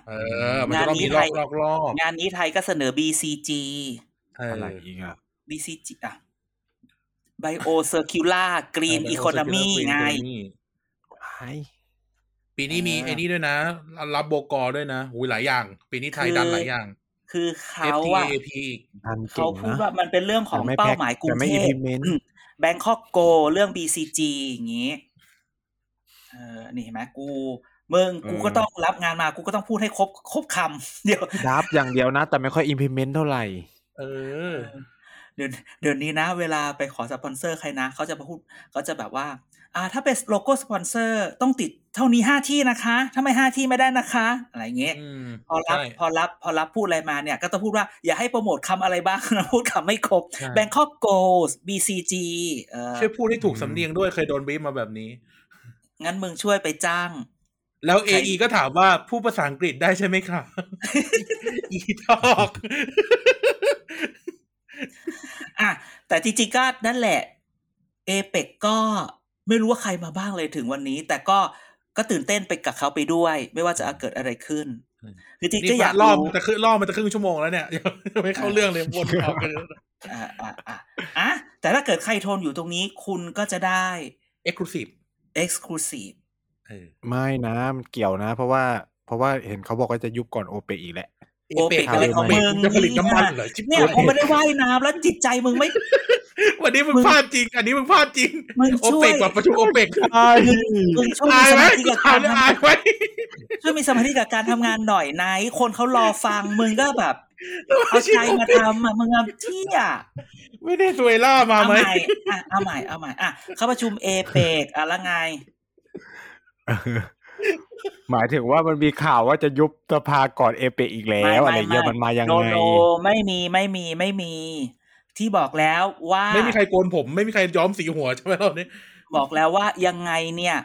B: เออ มันจะต้องมีรอน บ
D: งา
B: ร
D: นี้ไท
B: อย บรอบ
D: งานนี้ไทยก็เสนอ BCG
B: เออ
C: อะไรอีกอ่ะ
D: BCG อ่ะ Bio Circular
B: เอ
D: Green
B: อ Bio
D: Economy
B: Circular Green
D: ไง
B: Economy
C: ไอ้
B: ปีนี้มี
D: เออ
B: ไอ้นี่ด้วยนะ รับโบกอด้วยนะหูยหลายอย่าง ปีนี้ไทย
D: คือ
B: ดันหลายอย่าง
D: คือเขาอ่ะ
B: FTAP อีก
C: ทัน
D: เขา
C: เก่ง
D: พูด
C: นะ
D: ว่ามันเป็นเรื่องของ
C: แต่ไม่
D: เป้า
C: แพ็ค
D: หมายกรุ
C: แต่
D: ง
C: ไม่
D: เทพ
C: implement
D: แบงคอกโกเรื่อง BCG อย่างนี้ เออ นี่เห็นไหมกู มึง กู
C: เออ
D: ก็ต้องรับงานมา กูก็ต้องพูดให้ครบครบคำ เดี๋ยว
C: ดับอย่างเดียวนะ แต่ไม่ค่อย implement เท่าไหร่
B: เออ
D: เดี๋ยวเดี๋ยวนี้นะ เวลาไปขอสปอนเซอร์ใครนะเขาจะมาพูดเขาจะแบบว่า อ่า ถ้าเป็นโลโก้สปอนเซอร์ต้องติดเท่านี้ห้าที่นะคะถ้าไม่ห้าที่ไม่ได้นะคะ อะไรอย่างเงี้ย
B: อืม
D: พอรับ
B: ใช่
D: พอรับพอรับพูดอะไรมาเนี่ย ก็ต้องพูดว่าอย่าให้โปรโมทคำอะไรบ้าง นะพูดคำไม่ครบ
B: ใช่
D: Bangkok Goals BCG เออ
B: ช่วยพูดให้ถูก
C: อืม
B: สำเนียงด้วยเคยโดนบีบมาแบบนี้
D: งั้นมึงช่วยไปจ้าง
B: แล้ว
D: ใคร
B: AE ก็ถามว่าผู้ภาษาอังกฤษได้ใช่ไหมคะ อีทอก
D: อ่ะแต่จริงๆก็นั่นแหละเอเปกก็ไม่รู้ว่าใครมาบ้างเลยถึงวันนี้ แต่ก็ก็ตื่นเต้นไปกับเขาไปด้วย ไม่ว่าจะเกิดอะไรขึ้น
B: อืม
D: คือจริงๆ
B: นี่
D: ก็อยาก
B: รอบ
D: รู้
B: แต่คือรอบมันจะครึ่งชั่วโมงแล้วเนี่ยยังไม่เข้าเรื่องเลยวนออกกัน
D: อ่ะอ่ะอ่ะอ่ะแต่ถ้าเกิดใครโทนอยู่ตรงนี้คุณก็จะได้
B: เอ็กซ์คลูซีฟ
D: Exclusive
B: เออ
C: ไม่นะมันเกี่ยวนะ เพราะว่าเพราะว่าเห็นเขาบอกว่าจะยุบก่อนโอเปกอีกแหละ
D: โอเปกอะไรของมึง
B: จะผลิตน้ำมันเหรอชิบ
D: เนี่ย
B: หาย
D: ผมไม่ได้ว่ายน้ำแล้วจิตใจมึงไม่
B: วันนี้มึงพลาดจริง อันนี้มึงพลาดจริง
D: มึง
B: โอ
D: ช่ว
B: เป
D: ย
B: กกว่าประชุมโอเปก
D: มึงช่วย
B: อาย
D: มีส
B: ไหม
D: มาธิกับ
B: ข่า
D: การ
B: วเนี่ยอายไหม
D: ช่วยมีสมาธิกับการทำงานหน่อยไหน คนเขารอฟังมึงก็ แบบ เอาใจมาทำอ่ะมึงเอาที่อ่ะ
B: ไม่ได้สวยล่ามา
D: เอา
B: ไหม
D: ใหม่อ่ะเอาใหม่เอาใหม่อ่ะเข้าประชุมเอเปกอะไรไง
C: หมายถึงว่ามันมีข่าวว่าจะยุบสภาก่อนเอเปกอีกแล้ว
D: ไม่
C: อะไร
D: ไม่
C: เงี้ย
D: ไม่
C: มันมายัง
D: โน
C: ไง
D: โนไม่มีไม่มีไม่มี ที่บอกแล้วว่า
B: ไม่มีใครโกนผม ไม่มีใครย้อมสีหัวใช่ไหมรอบนี้
D: บอกแล้วว่ายังไงเนี่ย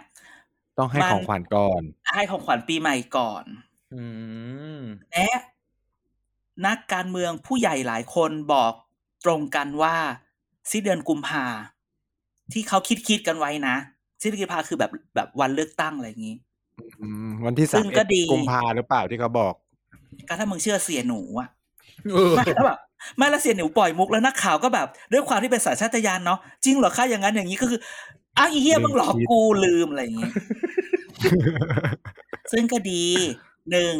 C: ต้องให้
D: มัน
C: ของขวัญก่อน
D: ให้ของขวัญปีใหม่ก่อน
B: อืม
D: และนักการเมืองผู้ใหญ่หลายคนบอกตรงกันว่าสิ้นเดือนกุมภาที่เขาคิดคิดๆกันไว้นะสิ้นเดือนกุมภาคือแบบแบบวันเลือกตั้งอะไรอย่างนี้
C: อืมวันที่
D: ซึ่
C: สาม
D: งก็ดี
C: กุมภาหรือเปล่าที่เขาบอก
D: ก็ถ้ามึงเชื่อเสียหนูอะ
B: เออ
D: ไม่แล้วแบบไม่และเสียหนูปล่อยมุกแล้วนักข่าวก็แบบ ด้วยความที่เป็นสายชาตญาณเนาะจริงเหรอคะอย่างนั้นอย่างนี้ก็คืออ้าวอีเหี้ยมึงหลอกกูลืมอะไรอย่างนี้ ซึ่งก็ดีหนึ่ง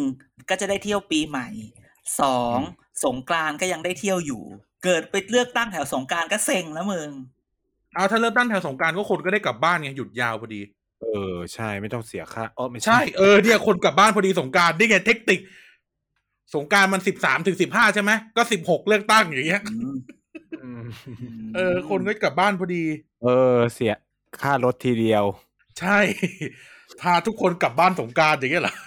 D: ก็จะได้เที่ยวปีใหม่สองสงกรานต์ก็ยังได้เที่ยวอยู่ เกิดไปเลือกตั้งแถวสงกรารก็เซ็งแล้วมึง
B: เอาถ้าเริ่มตั้งแถวสงกรารก็คนก็ได้กลับบ้านไงหยุดยาวพอดี
C: เออใช่ไม่ต้องเสียค่าอ๋อไม่
B: ใช่เออเนี่ยคนกลับบ้านพอดีสงกรารนี่ไงเทคนิคสงกรารมันสิบสามถึงสิบห้าใช่ไหมก็สิบหกเลือกตั้งอย่างเงี้ย
C: อืม
B: เออคนก็กลับบ้านพอดี
C: เออเสียค่ารถทีเดียว
B: ใช่ พาทุกคนกลับบ้านสงกรารอย่างเงี้ยเหรอ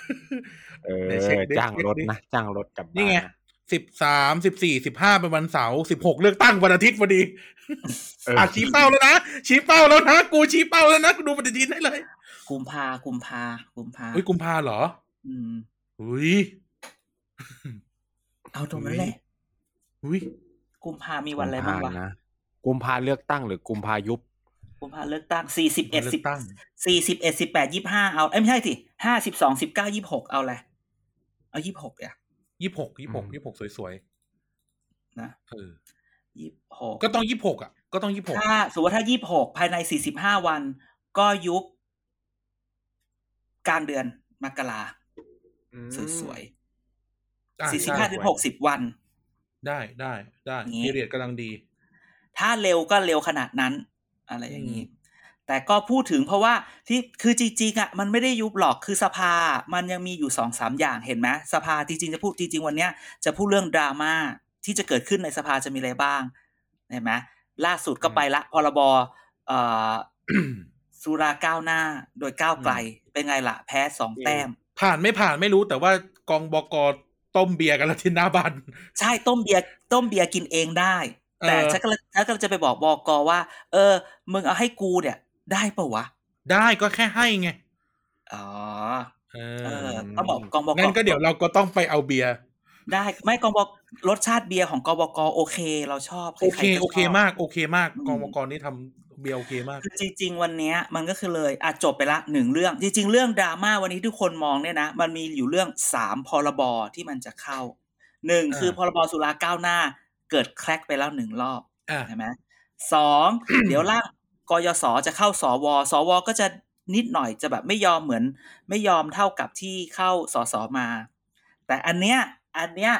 C: เออ
B: ไหนเช็คดิ
C: จ้างรถ
B: เช็คดิ
C: นะจ้างรถกลับบ้า
B: นี่ไง
C: ะ
B: สิบสามสิบสี่สิบห้าเป็นวันเสาร์สิบหกเลือกตั้งวันอาทิตย์พอดี
C: เออ
B: อ่ะชี้เป้าแล้วนะชี้เป้าแล้วนะกูชี้เป้าแล้วนะกูดูปฏิทินได้เลย
D: กุมภากุมภากุมภา
B: เฮ้ยกุมภาเหรอ
D: อืม
B: อุ้ย
D: เอาตรงนั้นแหละ
B: อุ้ย
D: กุมภามีวันอะไรบ้างวะ
C: กุมภนกุมภาเลือกตั้งหรือกุมภายุบ
D: กุมภาเลือกตั้งสี่สิบเอ็ด
B: เลื
D: สิ
B: อบ กตั้ง
D: สี่สิบเอ็ดสิบแปดยี่ห้าเอาเอ้ยไม่ใช่สิห้าสิบสองสิบเก้ายี่หกเอาอะไรเอายี่หกอ่ะ
B: ยี่หกยี่หกยี่หกสวย
D: นะ
B: ๆเออ
D: ยี่หก
B: ก็ต้องยี่หกอ่ะ ก็ต้องยี่หก
D: ถ้าสมมติว่าถ้ายี่หกภายในสี่สิบห้าวัน ก็ยุบกลางเดือนมกราสวยๆสี่สิบห้าถึงหกสิบวัน
B: ได้ได้ได้
D: อย่าง
B: พี
D: งี้
B: เรียดกำลังดี
D: ถ้าเร็วก็เร็วขนาดนั้น อะไรอย่างนี้ แต่ก็พูดถึงเพราะว่าที่คือจริงๆอ่ะมันไม่ได้ยุบหรอกคือสภา มันยังมีอยู่สองสามอย่างเห็นไหมสภาจริงๆจะพูดจริงๆวันเนี้ยจะพูดเรื่องดราม่าที่จะเกิดขึ้นในสภาจะมีอะไรบ้างเห็นไหมล่าสุดก็ไปละพรบเอ่อ สุราก้าวหน้าโดยก้าวไกลเป็นไงล่ะ แพ้สองแต้ม
B: ผ่านไม่ผ่านไม่รู้แต่ว่ากองบกต้มเบียร์กันแล้วที่หน้าบ้าน
D: ใช่ต้มเบียร์ต้มเบียร์กินเองได้ แต่
B: เออ
D: ฉันก็เลยฉันก็เลยจะไปบอกบกว่า เออ มึงเอาให้กูเนี่ย ได้ปะวะ
B: ได้ก็แค่ให้ไง
D: อ๋อ
B: เอ
D: เอ
B: อ
D: อต้องบอกกองบก
B: งั้นก็เดี๋ยวเราก็ต้องไปเอาเบียร์
D: ได้ ไม่กองบกรสชาติเบียร์ของกองบกโอเค เราชอบใร
B: โอ
D: ๆ
B: เค
D: ชบ
B: โอเคมากโอเคมาก
D: อืม
B: กองมังกรนี่ทำเบียร์โอเคมาก
D: คือจริง ๆ วันเนี้ยมันก็คือเลยอ่ะจบไปละหนึ่งเรื่อง จริง ๆ เรื่องดราม่าวันนี้ทุกคนมองเนี่ยนะ มันมีอยู่เรื่องสามพรบที่มันจะเข้าหนึ่ง
B: อ่า
D: คือพรบสุราก้าวหน้า เกิดแครกไปแล้วหนึ่งรอบ
B: อ่ะ
D: ใช่ไหมส องเดี๋ยวร่างกยศจะเข้าสวสวก็จะนิดหน่อยจะแบบไม่ยอมเหมือน ไม่ยอมเท่ากับที่เข้าสสมา แต่อันเนี้ยอันเนี้ย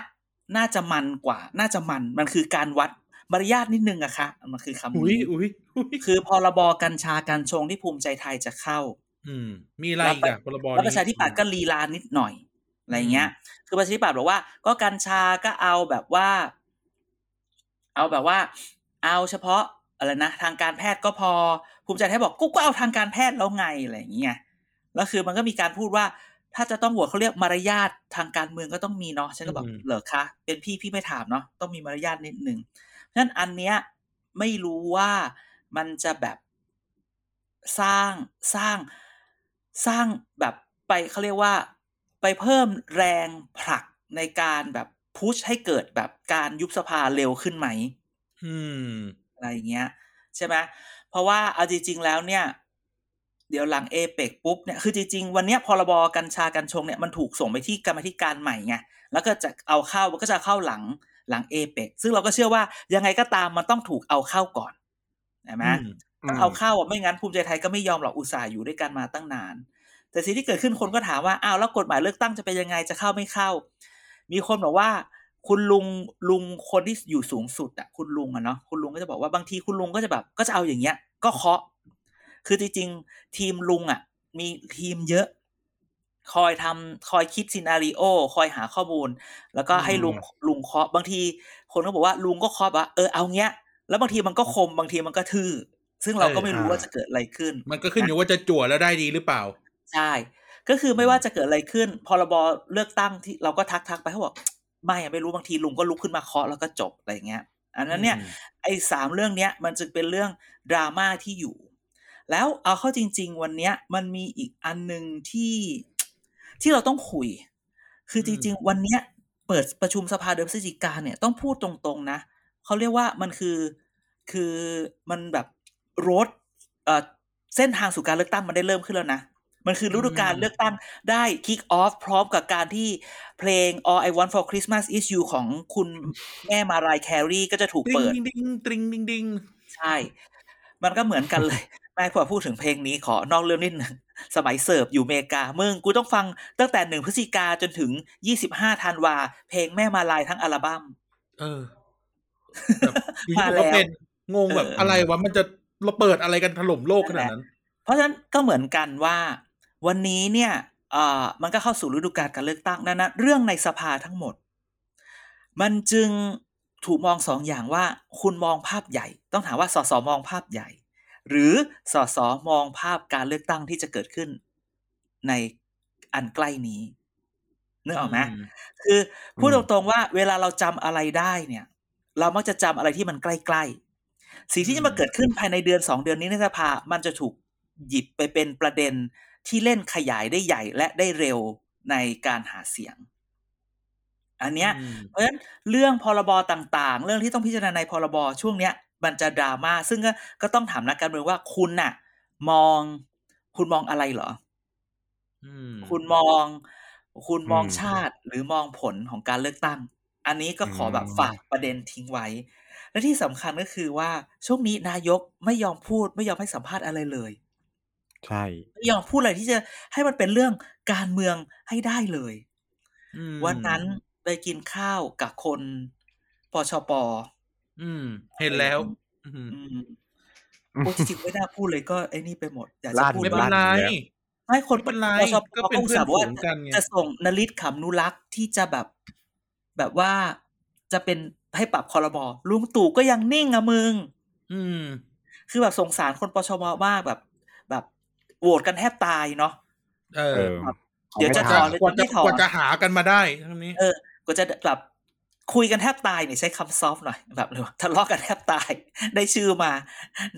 D: น่าจะมันกว่า น่าจะมันมันคือการวัดมารยาทนิดนึงอะคะมันคือคำ
B: อุ้ย
D: นี้
B: อุ้ยอุ้ย
D: คือพรบกัญชากัญชงที่ภูมิใจไทยจะเข้า
B: อืม มีอะไรอีกอะพรบ
D: แล้ว
B: นี้
D: ประชาธิปัตย์ก็ลีลานิดหน่อยอะไรเงี้ย คือประชาธิปัตย์บอกว่า ก็กัญชาก็เอาแบบว่า เอาแบบว่า เอาเฉพาะอะไรนะทางการแพทย์ก็พอภูมิใจไทยบอกกูก็เอาทางการแพทย์แล้วไงอะไรอย่างเงี้ยแล้วคือมันก็มีการพูดว่า ถ้าจะต้องโหวตเขาเรียกมารยาททางการเมืองก็ต้องมีเนาะฉันก็บอกเหรอคะเป็นพี่พี่ไม่ถามเนาะต้องมีมารยาทนิดนึง เพราะฉะนั้นอันเนี้ยไม่รู้ว่ามันจะแบบสร้างสร้างสร้างแบบไปเขาเรียกว่า ไปเพิ่มแรงผลักในการแบบพุชให้เกิดแบบการยุบสภาเร็วขึ้นไหม
B: อืม
D: อะไรอย่างเงี้ยใช่ไหมเพราะว่าเอาจริงๆแล้วเนี่ย เดี๋ยวหลังเอเปกปุ๊บเนี่ยคือจริงๆ วันเนี้ยพรบกัญชากัญชงเนี่ยมันถูกส่งไปที่กรรมาธิการใหม่ไงแล้วก็จะเอาเข้ามันก็จะเข้าหลังหลังเอเปกซึ่งเราก็เชื่อว่ายังไงก็ตามมันต้องถูกเอาเข้าก่อนใช่ไหม
B: อืม
D: ต้องเอาเข้าอ่ะไม่งั้นภูมิใจไทยก็ไม่ยอมหรอกอุตส่าห์อยู่ด้วยกันมาตั้งนาน แต่สิ่งที่เกิดขึ้นคนก็ถามว่าอ้าวแล้วกฎหมายเลือกตั้งจะเป็นยังไงจะเข้าไม่เข้า มีคนบอกว่า คุณลุงลุงคนที่อยู่สูงสุดอ่ะคุณลุงอ่ะเนาะคุณลุงก็จะบอกว่าบางทีคุณลุงก็จะแบบ ก็จะเอาอย่างเงี้ย ก็เคาะ คือจริงๆทีมลุงอ่ะ มีทีมเยอะ คอยทำคอยคิดซีนารีโอ คอยหาข้อมูล แล้วก็ให้ลุงลุงเคาะบางที คนก็บอกว่าลุงก็เคาะว่าเออเอาเงี้ย แล้วบางทีมันก็คมบางทีมันก็ทื่อ ซึ่งเราก็ไม่รู้
B: เออ
D: ว่าจะเกิดอะไรขึ้น
B: มันก็ขึ้นอยู่ว่าจะจั่วแล้วได้ดีหรือเปล่า
D: ใช่ ก็คือไม่ว่าจะเกิดอะไรขึ้น พรบเลือกตั้งที่เราก็ทักทักๆไปเขาบอก ไม่อะไม่รู้บางทีลุงก็ลุกขึ้นมาเคาะแล้วก็จบอะไรอย่างเงี้ย อันนั้นเนี่ย ไอ้สามเรื่องเนี้ยมันจึงเป็นเรื่องดราม่าที่อยู่ แล้วเอาเข้าจริง ๆ วันเนี้ยมันมีอีกอันหนึ่งที่ที่เราต้องคุย คือจ
B: อืม
D: ริง ๆ วันเนี้ยเปิดประชุมสภาเดือนพฤศจิกาเนี่ยต้องพูดตรงๆนะเขาเรียกว่ามันคือคือมันแบบรถเอ่อเส้นทางสู่การเลือกตั้งมันได้เริ่มขึ้นแล้วนะ มันคือฤดูกาลเลือกตั้งได้ kick off พร้อมกับการที่เพลง All I Want for Christmas Is You ของคุณแม่มารายแครีก็จะถูก
B: ตริ
D: เปิด
B: งดิงตริงดิงดิง
D: ใช่ มันก็เหมือนกันเลย ไม่พอพูดถึงเพลงนี้ขอนอกเรื่องนิดหนึ่ง สมัยเสิร์ฟอยู่อเมริกาเมืองกูต้องฟังตั้งแต่หนึ่งพฤศจิกาจนถึงยี่สิบห้าธันวา เพลงแม่มาลายทั้งอัลบั้ม
B: เออ แบบ
D: มาแล้ว
B: เราเป็นงงแบบ
D: เอออ
B: อะไรวะมันจะเราเปิดอะไรกันถล่มโลกขนาดนั้น
D: เพราะฉะนั้นก็เหมือนกันว่าวันนี้เนี่ยเอ่อมันก็เข้าสู่ฤดูกาลการเลือกตั้งดังนั้นเรื่องในสภาทั้งหมด มันจึงถูกมองสองอย่างว่า คุณมองภาพใหญ่ ต้องถามว่าสสมองภาพใหญ่ หรือสสมองภาพการเลือกตั้งที่จะเกิดขึ้น ในอันใกล้นี้นึกออกไหม คือพูดตรงๆว่าเวลาเราจำอะไรได้เนี่ย เรามักจะจำอะไรที่มันใกล้ๆสิ่งที่จะมาเกิดขึ้นภายในเดือนสองเดือนนี้ในสภามันจะถูกหยิบไปเป็นประเด็นที่เล่นขยายได้ใหญ่และได้เร็วในการหาเสียง อันเนี้ย
B: อืม
D: เพราะฉะนั้นเรื่องพรบต่างๆ เรื่องที่ต้องพิจารณาในพรบช่วงเนี้ยมันจะดราม่าซึ่งก็ก็ต้องถามนักการเมืองว่าคุณน่ะ มองคุณมองอะไรเหรอ
B: อืม
D: คุณมอง คุณมอง
C: อืม
D: ชาติหรือมองผลของการเลือกตั้ง อันนี้ก็ขอแบบฝากประเด็นทิ้งไว้ และที่สำคัญก็คือว่าช่วงนี้นายกไม่ยอมพูดไม่ยอมให้สัมภาษณ์อะไรเลย
C: ใช่
D: ไม่ยอมพูดอะไรที่จะให้มันเป็นเรื่องการเมืองให้ได้เลย
B: อืม
D: วันนั้นไปกินข้าวกับคนปชป
B: อืม เห็นแล้ว อืม
D: อืมโอ้จริงๆไม่น่าพูดเลยก็ไอ้นี่ไปหมดอยากจะ
C: ลั่น
D: พูด
B: ไม่เป็
D: ว่าน
B: ไร
D: ไม่คน
B: ไม่เป็นไร
D: ปชป
B: ก็เป็น
D: อุต
B: เพื่อ
D: ส่าน ห์
B: ฝู
D: ว่า
B: งกันไง
D: จะส่งนลิศขำนุรักษ์ที่จะแบบ แบบว่าจะเป็นให้ปรับคอรมอลุงตู่ก็ยังนิ่งอะมึง
B: อืม
D: คือแบบสงสารคนปชมว่ากแบบ แบบโหวตกันแทบตายเนาะ
B: เอ
C: เอ
B: อ
C: อ
D: เดี๋ยวจะ
C: ไม่
D: ถ
C: ทั
D: อน นเลย
B: กว่าจะ
D: ไม่ถอน
B: กว่าจะหากันมาได้ทั้งนี้
D: เออ ก็จะแบบคุยกันแทบตายเนี่ยใช้คำซอฟต์หน่อยแบบเลยทะเลาะกันแทบตาย ได้ชื่อมา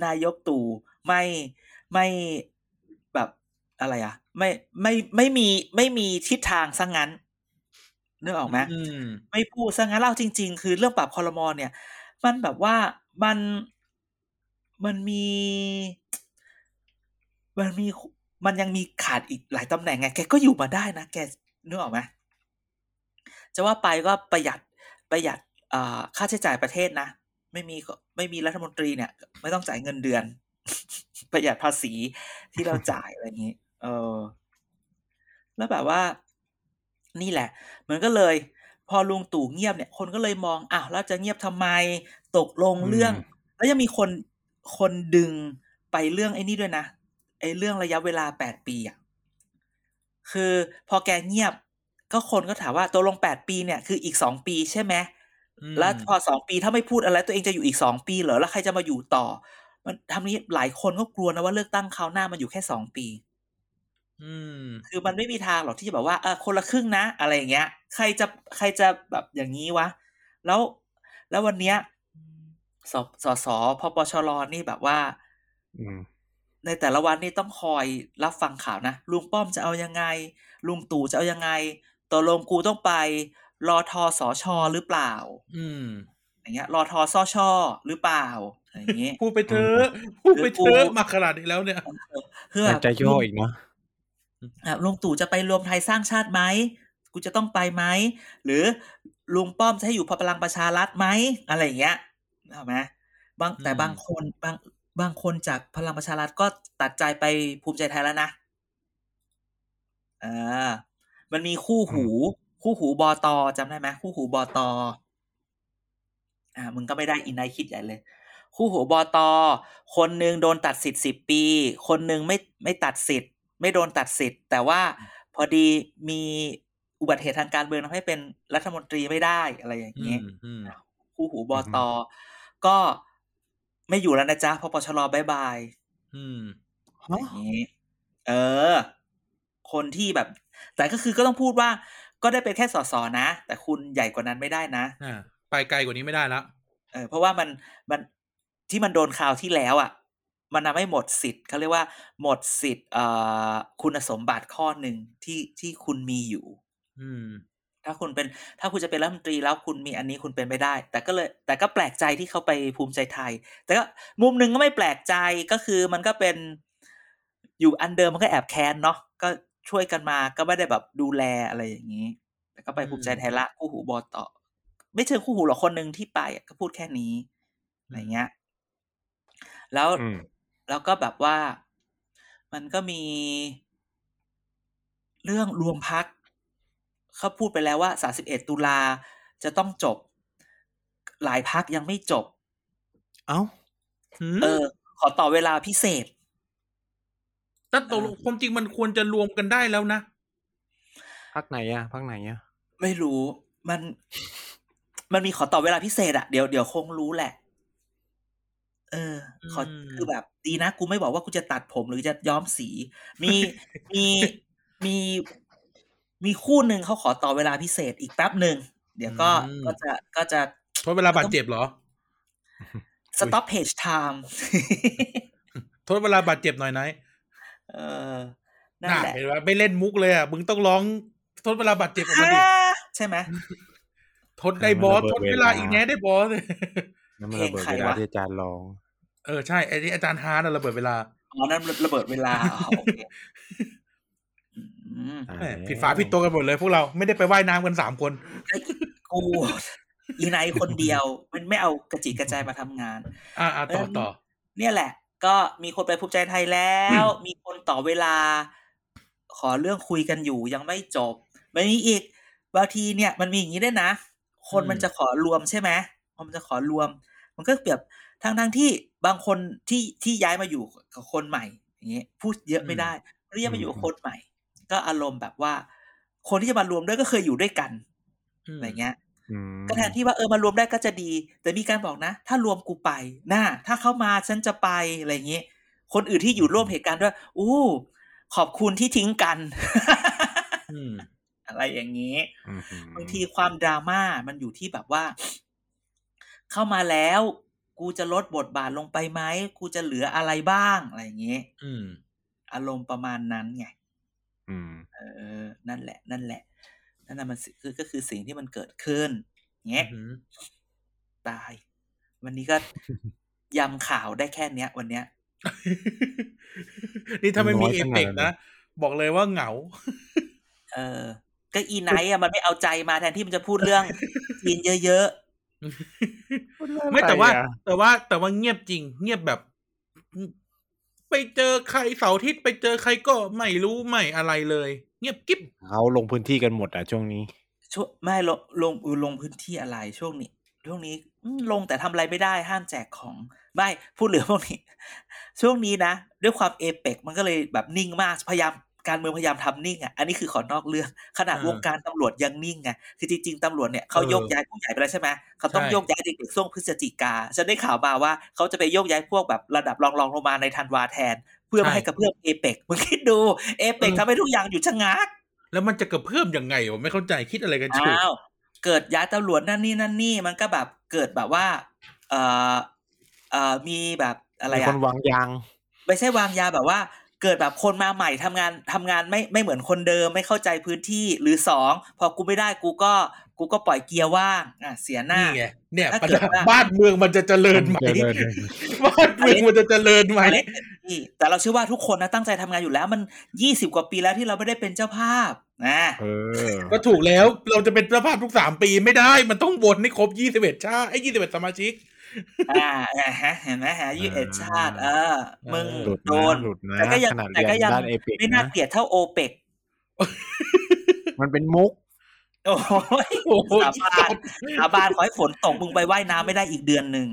D: นายกตู่ไม่ไม่แบบอะไรอะไม่ไม่ไม่มีไม่มีทิศทางซะงั้นนึกออกไหม
B: อืม
D: ไม่พูดซะงั้นเล่าจริง ๆ คือเรื่องปรับคอรมอเนี่ย มันแบบว่ามันมันมี มันมีมันยังมีขาดอีกหลายตำแหน่งไง แกก็อยู่มาได้นะแกนึกออกไหมจะว่าไปก็ประหยัดประหยัดเอ่อค่าใช้จ่ายประเทศนะ ไม่มีไม่มีรัฐมนตรีเนี่ย ไม่ต้องจ่ายเงินเดือน ประหยัดภาษีที่เราจ่ายอะไรอย่างนี้ เออ แล้วแบบว่า นี่แหละ มันก็เลย พอลุงตู่เงียบเนี่ย คนก็เลยมองอ้าวแล้วจะเงียบทำไมตกลงเรื่อง แล้วยังมีคนคนดึงไปเรื่องไอ้นี่ด้วยนะไอ้เรื่องระยะเวลาแปดปีอ่ะคือพอแกเงียบ ก็คนก็ถามว่าตัวลงแปดปีเนี่ยคืออีกสองปีใช่ไหม
B: อืม
D: แล้วพอสองปีถ้าไม่พูดอะไรตัวเองจะอยู่อีกสองปีเหรอแล้วใครจะมาอยู่ต่อ มันทำนี้หลายคนก็กลัวนะว่าเลือกตั้งคราวหน้ามันอยู่แค่สองปี
B: อืม
D: คือมันไม่มีทางหรอกที่จะแบบว่าเออคนละครึ่งนะ อะไรอย่างเงี้ย ใครจะใครจะแบบอย่างนี้วะ แล้วแล้ววันเนี้ยสสสพปชรนี่แบบว่า
C: อืม
D: ในแต่ละวันนี่ต้องคอยรับฟังข่าวนะลุงป้อมจะเอายังไง ลุงตู่จะเอายังไงตกลงกูต้องไปรอทอสอชอหรือเปล่า
B: อืม
D: อย่างเงี้ยรอทอสอชอหรือเปล่าอะไรอย่างเงี้ย
B: พูดไปเถอะพูดไปเถอะ
D: หรือกู
B: มาขนาดนี้แล้วเนี่ย
D: คือ
C: มั
D: แบ
C: น
D: บ
C: จะย่ออีกเนาะ
D: อ่ะลุงตู่จะไปรวมไทยสร้างชาติไหมกูจะต้องไปไหมหรือลุงป้อมจะให้อยู่พลังประชารัฐไหมอะไรอย่างเงี้ยเอาไหมบางแต่
B: อืม
D: บางคนบางบางคนจากพลังประชารัฐก็ตัดใจไปภูมิใจไทยแล้วนะเออมันมีคู่หู คู่หูบอตอจำได้ไหมคู่หูบอตออ่ามึงก็ไม่ได้อินไนคิดใหญ่เลย คู่หูบอตอคนหนึ่งโดนตัดสิทธิ์สิบปี คนหนึ่งไม่ไม่ตัดสิทธิ์ ไม่โดนตัดสิทธิ์ แต่ว่าพอดีมีอุบัติเหตุทางการเมืองทำให้เป็นรัฐมนตรีไม่ได้อะไรอย่าง
B: อื
D: เงี้ย
B: มอืม
D: คู่หูบอต
C: อื
D: อ
C: ม
D: ก็ไม่อยู่แล้วนะจ๊ะพอปชรบายบาย
B: อืม
D: อย่างนี้ เออ คนที่แบบ แต่ก็คือก็ต้องพูดว่า ก็ได้เป็นแค่สสนะ แต่คุณใหญ่กว่านั้นไม่ได้นะ
B: อ่า ไปไกลกว่านี้ไม่ได้ละ
D: เออเพราะว่ามันมันที่มันโดนข่าวที่แล้วอ่ะ มันทำให้หมดสิทธิ์เขาเรียกว่า หมดสิทธิ์เอ่อคุณสมบัติข้อหนึ่งที่ที่คุณมีอยู่
B: อืม
D: ถ้าคุณเป็นถ้าคุณจะเป็นรัฐมนตรีแล้วคุณมีอันนี้คุณเป็นไม่ได้ แต่ก็เลย แต่ก็แปลกใจที่เขาไปภูมิใจไทย แต่ก็มุมหนึ่งก็ไม่แปลกใจก็คือมันก็เป็นอยู่อันเดิมมันก็แอบแค้นเนาะก็ช่วยกันมาก็ไม่ได้แบบดูแลอะไรอย่างนี้ แต่ก็ไปภูมิใจไทยละคู่หูบอต่อ ไม่เชิงคู่หูหรอกคนหนึ่งที่ไปอะก็พูดแค่นี้อะไรเงี้ยแล้ว
C: อืม
D: แล้วก็แบบว่ามันก็มีเรื่องรวมพักเขาพูดไปแล้วว่า 31 ตุลาจะต้องจบ หลายพักยังไม่จบ
C: เอ้า
B: หืม
D: เออ ขอต่อเวลาพิเศษ
B: แต่ตกลงความจริงมันควรจะรวมกันได้แล้วนะ
C: พักไหนอะพักไหนอะ
D: ไม่รู้มัน มันมีขอต่อเวลาพิเศษอะเดี๋ยวเดี๋ยวคงรู้แหละ เออ ขออ
B: ม
D: คือแบบ ดีนะกูไม่บอกว่ากูจะตัดผมหรือจะย้อมสี มีมีมีมีคู่หนึ่งเขาขอต่อเวลาพิเศษอีกแป๊บหนึ่งเดี๋ยวก็
B: อืม
D: ก็จะก็จะ
B: เพราะเวลาบาดเจ็บเหรอ
D: stop page time
B: โทษเวลาบาดเจ็บหน่อยไหน
D: เออนั่นแหละ
B: เห็นว่าไม่เล่นมุกเลยอ่ะ มึงต้องร้องโทษเวลาบาดเจ็บออกมาดิ
D: อ่าใช่ไหม
B: ทนได้บอสทนเวลาอีกแน่ได้บอส
C: นั่นมันระเบิดเว
D: เพลงใคร
C: ลาว
D: ะ
C: ที่อาจารย์ร้อง
B: เออใช่ไอ้ที่อาจารย์ฮาร์ดระเบิดเวลา
D: อ๋อนั่นระเบิดเวลาอ๋อโอ เคอืม
C: ตย
B: แหม่
C: แล้ว
B: ผิดฝาผิดตัวกันหมดเลย พวกเราไม่ได้ไปว่ายน้ำกันสามคน
D: กูอีไนท์คนเดียว มันไม่เอากระจิกกระจายมาทำงาน
B: อ่าต่อต่อ
D: เนี่ยแหละ ก็มีคนไปภูมิใจไทยแล้ว มีคนต่อเวลา ขอเรื่องคุยกันอยู่ยังไม่จบมันมีอีกบางทีเนี่ยมันมีอย่างนี้ด้วยนะ คน
B: อืม
D: มันจะขอรวมใช่ไหมคนมันจะขอรวม มันก็เปรียบทั้งทั้งที่บางคนที่ที่ย้ายมาอยู่กับคนใหม่ อย่างเงี้ยพูดเยอะไม่ได้เรียกมาอยู่กับคนใหม่ ก็อารมณ์แบบว่า คนที่จะมารวมด้วยก็เคยอยู่ด้วยกันอะไรเงี้ย
C: อืม
D: ก็แทนที่ว่าเออมารวมได้ก็จะดี แต่มีการบอกนะ ถ้ารวมกูไปน่าถ้าเข้ามาฉันจะไปอะไรอย่างเงี้ยคนอื่นที่อยู่ร่วมเหตุการณ์ด้วยอู้ขอบคุณที่ทิ้งกัน
B: อืม
D: อะไรอย่างนี้
C: อืม
D: บางทีความดราม่ามันอยู่ที่แบบว่า เข้ามาแล้ว กูจะลดบทบาทลงไปไหมกูจะเหลืออะไรบ้างอะไรอย่างเงี้ย
B: อืม
D: อารมณ์ประมาณนั้นไง
C: อืม
D: เออ นั่นแหละ นั่นแหละ นั่นน่ะมันสิคือก็คือสิ่งที่มันเกิดขึ้นอย่างเงี้ย ตาย วันนี้ก็ ยำข่าวได้แค่เนี้ย วันเนี้ย
B: นี่ถ้าไม่มีเอเปกนะ บอกเลยว่าเหงา
D: เออ ก็อีไนท์อะมันไม่เอาใจมาแทนที่มันจะพูดเรื่อง จีนเยอะ
B: ไม่แต่ว่า
C: อะ
B: แต่ว่าแต่ว่าเงียบจริง เงียบแบบ ไปเจอใครเสาร์อาทิตย์ไปเจอใครก็ไม่รู้ไม่อะไรเลย เงียบกิ๊บ
C: เขาลงพื้นที่กันหมดอะช่วงนี้
D: ๆช่วงไม่ลงลงอือลงพื้นที่อะไรช่วงนี้ช่วงนี้อืมลงแต่ทำอะไรไม่ได้ห้ามแจกของ ไม่พูดเหลืองพวกนี้ ช่วงนี้นะ ด้วยความเอเปกมันก็เลยแบบนิ่งมากพยายามการเมืองพยายามทำนิ่งอ่ะอันนี้คือขอนอกเรื่อง ขนาดวงการตำรวจยังนิ่งไงคือจริงๆตำรวจเนี่ยเขาโยกย้ายผู้ใหญ่ไปแล้วใช่ไหมเขาต้องโยกย้ายเด็กๆช่วงพฤศจิกาฉันได้ข่าวมาว่าเขาจะไปโยกย้ายพวกแบบระดับรองรองๆลงมาในธันวาแทน เพื่อไม่ให้กระเพื่อมเอเปกมึงคิดดูเอเปกทำให้ทุกอย่างอยู่ชะงัก
B: แล้วมันจะกระเพื่อมยังไงวะไม่เข้าใจคิดอะไรกันอยู่
D: อ้าวเกิดย้ายตำรวจนั่นนี่นั่นนี่มันก็แบบเกิดแบบว่า เอ่อเอ่อมีแบบอะไร
C: มีค
D: อะ
C: นวางยาง
D: ไม่ใช่วางยาแบบว่า เกิดแบบคนมาใหม่ทำงานทำงานไม่ไม่เหมือนคนเดิมไม่เข้าใจพื้นที่หรือสองพอกูไม่ได้กูก็ กูก็ปล่อยเกียร์ว่างอ่ะเสียหน้า
B: นี่ไงเนี่ย
D: ถ้า
B: ปัญ
D: เกิด
B: หา
D: ว่า
B: บ้านเมืองมันจะเจริญไหม
C: เจริญ
B: บ้านเมืองมันจะเจริญไหม
D: อะไรแบบนี้แต่เราเชื่อว่าทุกคนนะตั้งใจทำงานอยู่แล้วมันยี่สิบกว่าปีแล้วที่เราไม่ได้เป็นเจ้าภาพนะ
C: เออ
B: ก็ถูกแล้วเราจะเป็นเจ้าภาพทุกสามปีไม่ได้มันต้องบทให้ครบยี่สิบเอ็ดชาไอ้ยี่สิบเอ็ดสมาชิก
D: อ่าฮะเห็นไหมฮะยี่เอ็ดชาติ เออมึง
B: เออ
C: หลุด
D: โด
C: นะ
D: น
C: หลุดนะ
D: แต่ก็ยัง
C: ขนาด
D: แต่
C: เรีย
D: ก็ยัง
C: นด้านเอเปก
D: ไม่น่า
C: นะ
D: เกลียดเท่าโอเปก
C: มันเป็นมุก
D: โอ้ย
B: โอ้โห
D: สาบานสาบานขอให้ฝนตกมึงไปว่ายน้ำไม่ได้อีกเดือนหนึ่ง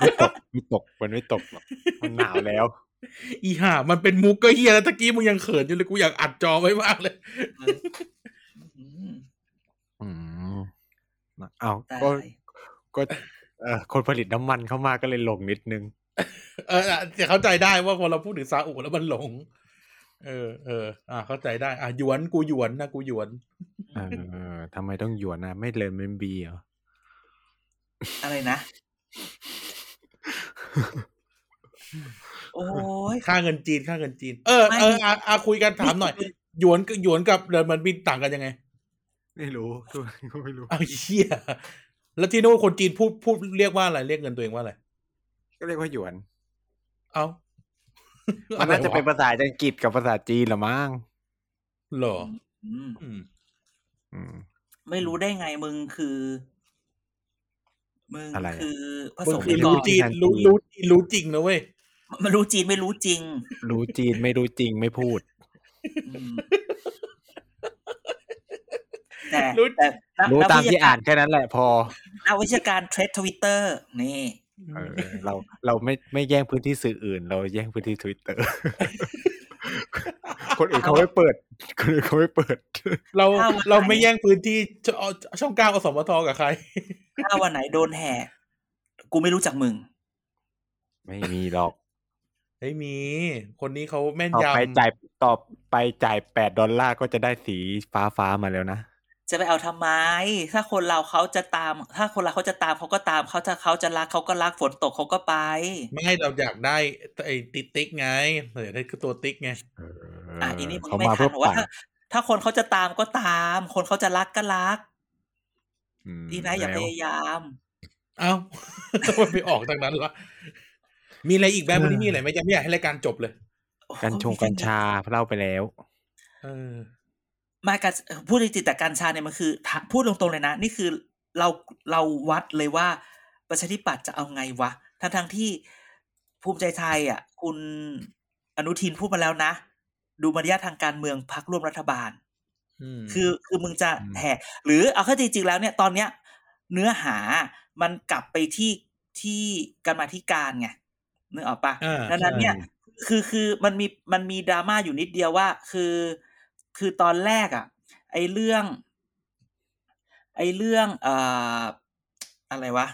C: ไม่ตกไม่ตกมันไม่ตกหรอกมันหนาวแล้ว
B: อีห่ามันเป็นมุกก็เฮียแล้วตะกี้มึงยังเขินอยู่เลยกูอยากอัดจอไว้มากเลย
C: อืมเอา
D: ตาย
C: ก็ก็เอ่อคนผลิตน้ำมันเข้ามาก็เลยลงนิดนึง
B: เออจะเข้าใจได้ว่าพอเราพูดถึงซาอุแล้วมันหลง เออเอออ่า เข้าใจได้ อ่ะหยวนกูหยวนนะกูหยวน
C: เออทำไมต้องหยวนนะไม่เลนเป็นบีเหรอ
D: อะไรนะ โอ้ย
B: ค่าเงินจีนค่าเงินจีน เออ
D: ไม่
B: เอออ่ะอ่ะคุยกันถามหน่อยหยวนกับหยวนกับเดอนมันบินต่างกันยังไง
C: ไม่รู้ทุกคนก็ไม่รู้
B: อ้าวเชี่ยแล้วที่นู้นคนจีนพูดพูดเรียกว่าอะไรเรียกเงินตัวเองว่าอะไร
C: ก็เรียกว่าหย วน
B: เอ้า
C: มั
B: มัน
C: น่าจะเป็นภาษาอังกฤษกับภาษาจีนเหรือมั้ง
B: หรอ
D: อืม
B: อืม
C: อืม
D: ไม่รู้ได้ไงมึงคือ มึง
C: อะไรอะ
D: คือผ
B: มึ
D: ส
B: ง
D: ม
B: คือ
D: นิก
B: รู้
D: ร
B: จีนรู้รู้จีนรู้จริงนะเว้ย
D: มันรู้จีนไม่รู้จริง
C: รู้จีนไม่รู้จริงไม่พูด
D: อืม แต่
B: รู้
D: แต่นัก
C: รู้
D: นัก
C: ตาม
D: วิช
C: ที่อ่านแค่นั้นแหละพอ
D: นักวิชาการเทรดทวิตเตอร์นี่
C: เออเราเราไม่ไม่แย่งพื้นที่สื่ออื่น เราแย่งพื้นที่ทวิต เตอร์ คนอื่นเขาไม่เปิด คนอื่นเขาไม่เปิด
B: เรา
D: ถ้าวันไหน
B: เราไม่แย่งพื้นที่ชช่องเก้าอสมทกับใคร
D: ถ้าวันไหนโดนแห่ กูไม่รู้จักมึง
C: ไม่มีหรอก
B: ไม่มี คนนี้เขาแม่น
C: ต่อ
B: ำ
C: ยไปจ่ายต่อไปจ่ายแปดดอลลาร์ก็จะได้สีฟ้าฟ้าๆมาแล้วนะ
D: จะไปเอาทำไม ถ้าคนเราเขาจะตาม ถ้าคนเราเขาจะตามเขาก็ตามเขาถ้าเขาจะรักเขาก็รักฝนตกเขาก็ไป
B: ไม่ให้เราอยากได้ไอ้ติ๊กติ๊กไงเราอยากได้คือตัวติ๊กไง
C: เออ
D: อ่ะอันนี้มึง
C: เขา
D: ไม่
C: มา
D: ทั
C: เพื่อน
D: ว่า
C: ปั่น
D: ถ้าถ้าคนเขาจะตามก็ตาม คนเขาจะรักก็รัก
C: อืม
D: ดีนะอย่าพ
C: แล้ว
D: ยายาม
B: เอ้า ทำไมไปออกทางนั้นล่ะ มีอะไรอีกแบบวันนี้มีอะไรไหมยังไม่อยากให้รายการจบเลย
C: กัญชงกัญชาเล่าไปแล้ว
B: เออ
D: ไมาการพูดจริงๆแต่การชาเนี่ยมันคือถ้าพูดตรงๆเลยนะ นี่คือเราเราวัดเลยว่าประชาธิปัตย์จะเอาไงวะทั้งทั้งๆที่ภูมิใจไทยอ่ะ คุณอนุทินพูดมาแล้วนะ ดูมารยาททางการเมืองพักร่วมรัฐบาล
B: อืม
D: คือคือมึงจะ
C: อืม
D: แหกหรือเอาเข้าจริงๆแล้วเนี่ยตอนเนี้ย เนื้อหามันกลับไปที่ที่กรรมาธิการไงนึกออกปะ
B: อ่า
D: ดังนั้นเนี่ยคือคือมันมีมันมีดราม่าอยู่นิดเดียวว่าคือคือตอนแรกอ่ะ ไอเรื่อง ไอเรื่องเอ่ออะไรวะ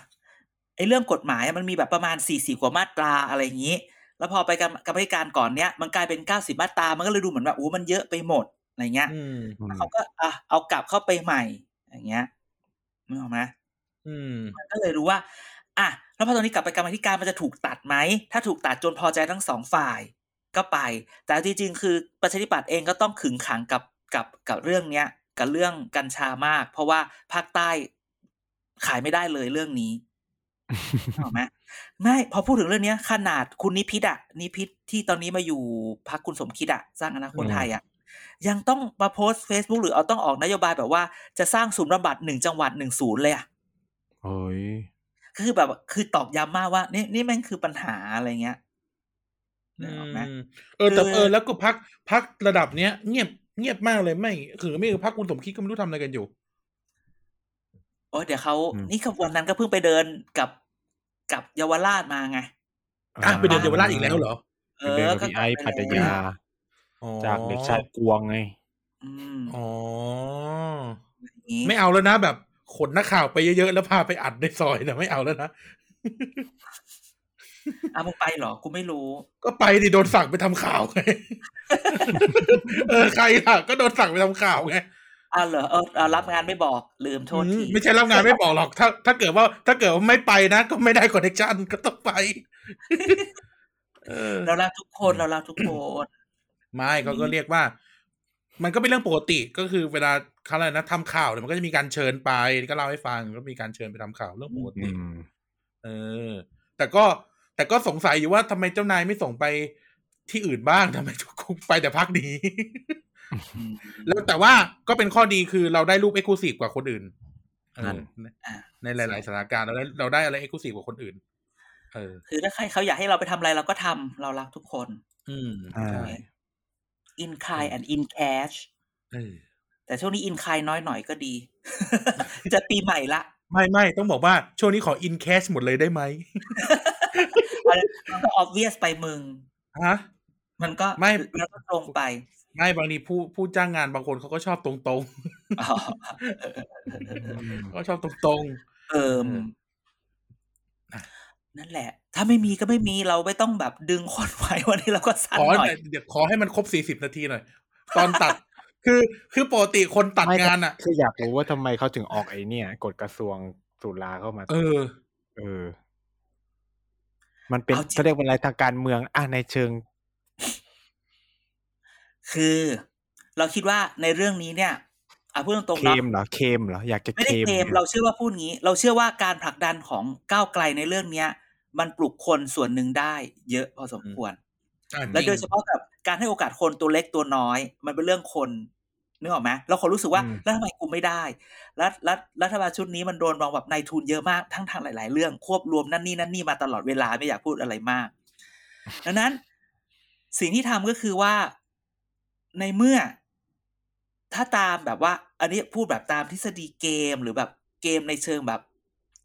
D: ไอเรื่องกฎหมายอะมันมีแบบประมาณสี่สี่กว่ามาตราอะไรอย่างนี้ แล้วพอไปกรรมกรรมธิการก่อนเนี้ยมันกลายเป็นเก้าสิบมาตรามันก็เลยดูเหมือนแบบโอ้มันเยอะไปหมดอะไรเงี้ย
B: อืม
C: อืม
D: เขาก็อ่ะเอากลับเข้าไปใหม่ อย่างเงี้ยนึกออกไหม
B: อืม
D: ก็เลยรู้ว่า อ่ะ แล้วพอตอนนี้กลับไปกรรมาธิการมันจะถูกตัดไหม ถ้าถูกตัดจนพอใจทั้งสองฝ่ายก็ไป แต่จริงๆ คือประชาธิปัตย์เองก็ต้องขึงขังกับกับกับเรื่องเนี้ย กับเรื่องกัญชามาก เพราะว่าภาคใต้ขายไม่ได้เลยเรื่องนี้ถูกไหมไม่พอพูดถึงเรื่องเนี้ย ขนาดคุณนิพิษอะนิพิษที่ตอนนี้มาอยู่พักคุณสมคิดอะสร้างอนาคตไทยอะยังต้องมาโพสต์ Facebook หรือเอาต้องออกนโยบายแบบว่าจะสร้างศูนย์บำบัดหนึ่งจังหวัดหนึ่งศูนย์เลยอะ
C: โอ้ย
D: คือแบบว่าคือตอบย้ำมากว่า นี่นี่แม่งคือปัญหาอะไรเงี้ยนึกออกไหม
B: อืมเออแต่
D: คือ
B: เออแล้วก็พักพักระดับเนี้ย เงียบเงียบมากเลยไม่คือไม่คือพักคุณสมคิดก็ไม่รู้ทำอะไรกันอยู่
D: โอ้ยเดี๋ยวเขานี่ขบวนนั้นก็เพิ่งไปเดินกับกับเยาวราชมาไง
B: อ่ะไปเดินเยาวราชอีกแล้วเหรอ
D: เอ
C: ไปเดิน
D: อ
C: กับพี่ไอ้
D: ก
C: ปั
D: ลั
C: ต
D: บป
C: ยา
D: แล้ว
B: อ๋อ
C: จากเด็กชายกวงไง
D: อืม
B: อ๋อ
D: อย่างงี้
B: ไม่เอาแล้วนะแบบขนนักข่าวไปเยอะๆแล้วพาไปอัดในซอยนะไม่เอาแล้วนะ
D: อ่ะมึงไปเหรอ กูไม่รู้
B: ก็ไปดิโดนสั่งไปทำข่าวไง เออใครล่ะก็โดนสั่งไปทำข่าวไง
D: อ่ะเหรอเออเออรับงานไม่บอกลืมโทษ
B: อืม
D: ที
B: ไม่ใช่รับงานไม่บอกหรอก ถ้า ถ้าเกิดว่า ถ้าเกิดว่าไม่ไปนะ ก็ไม่ได้คอนเนคชั่นก็ต้องไป เออ
D: เราลาทุกคนเราลาทุกคน
B: ไม่เขาก็เรียกว่า มันก็เป็นเรื่องปกติก็คือเวลาเขาอะไรนะทำข่าวเนี่ยมันก็จะมีการเชิญไปก็เล่าให้ฟังก็มีการเชิญไปทำข่าวเรื่องปก
C: อื
B: ติ
C: ม
B: เออ แต่ก็แต่ก็สงสัยอยู่ว่าทำไมเจ้านายไม่ส่งไปที่อื่นบ้างทำไม ทุกคนไปแต่พักนี้ แล้วแต่ว่าก็เป็นข้อดีคือเราได้รูปเอ็กซ์คลูซีฟกว่าคนอื่นเออ
C: นั่น
D: อ่ะ
B: ในหลาย ๆสถานการณ์เราได้เราได้อะไรเอ็กซ์คลูซีฟกว่าคนอื่น เออ
D: คือถ้าใครเขาอยากให้เราไปทำอะไรเราก็ทำเรารักทุกคน
B: อืม
C: อ่า
B: ใช่
D: ใช่ in kind and in cash
B: เออ
D: แต่ช่วงนี้ in kind น้อยหน่อยก็ดี จะปีใหม่ละ
B: ไม่ไม่ต้องบอกว่าช่วงนี้ขออินแคชหมดเลยได้ไหม
D: อะไรมันก็ obvious ไปมึง
B: ฮะ
D: มันก็
B: ไม่
D: มันก็ตรง ไป
B: ไม่บางทีผู้ผู้จ้างงานบางคนเขาก็ชอบตรง
D: อ๋อ
B: ๆเขาชอบตรง
D: เอิม
B: เอออ่ะ
D: นั่นแหละ ถ้าไม่มีก็ไม่มีเราไม่ต้องแบบดึงคนไว้วันนี้เราก็
B: ๆ
D: สั้น
B: ขอ
D: หน่อย
B: แต่เดี๋ยวขอให้มันครบสี่สิบนาทีหน่อย ตอน ตัด คือคือปกติคนตัดงานอ่ะ
C: คืออยากรู้ว่าทำไมเขาถึงออกไอ้เนี่ยกฎกระทรวงสุราเข้ามา
B: เออ
C: เออ มันเป็น
D: เอาจริง
C: เขาเรียกว่าอะไรทางการเมือง อ่ะในเชิง
D: คือ เราคิดว่าในเรื่องนี้เนี่ยอ่ะพูดตรงๆ
C: เค
D: เนาะ
C: มเหรอ เคมเหรอ อยากจะ
D: ไม่
C: เค
D: ได้
C: ม
D: เคลมเราเชื่อว่าพูดงี้ เราเชื่อว่าการผลักดันของก้าวไกลในเรื่องเนี้ย มันปลุกคนส่วนหนึ่งได้ เยอะพอสมควร
B: อ่ะ
D: และ
B: จริง
D: โดยเฉพาะกับการให้โอกาสคนตัวเล็กตัวน้อย มันเป็นเรื่องคนนึกออกไหมเราคนรู้สึกว่าแล้วทำไมกูไม่ได้รัฐรัฐรัฐบาลชุดนี้มันโดนมองแบบนายทุนเยอะมากทั้งทางหลาย ๆ เรื่องควบรวมนั่นนี่นั่นนี่มาตลอดเวลาไม่อยากพูดอะไร มาก ดังนั้น สิ่งที่ทำก็คือว่าในเมื่อ ถ้าตามแบบว่า อันนี้พูดแบบตามทฤษฎีเกมหรือแบบเกมในเชิงแบบ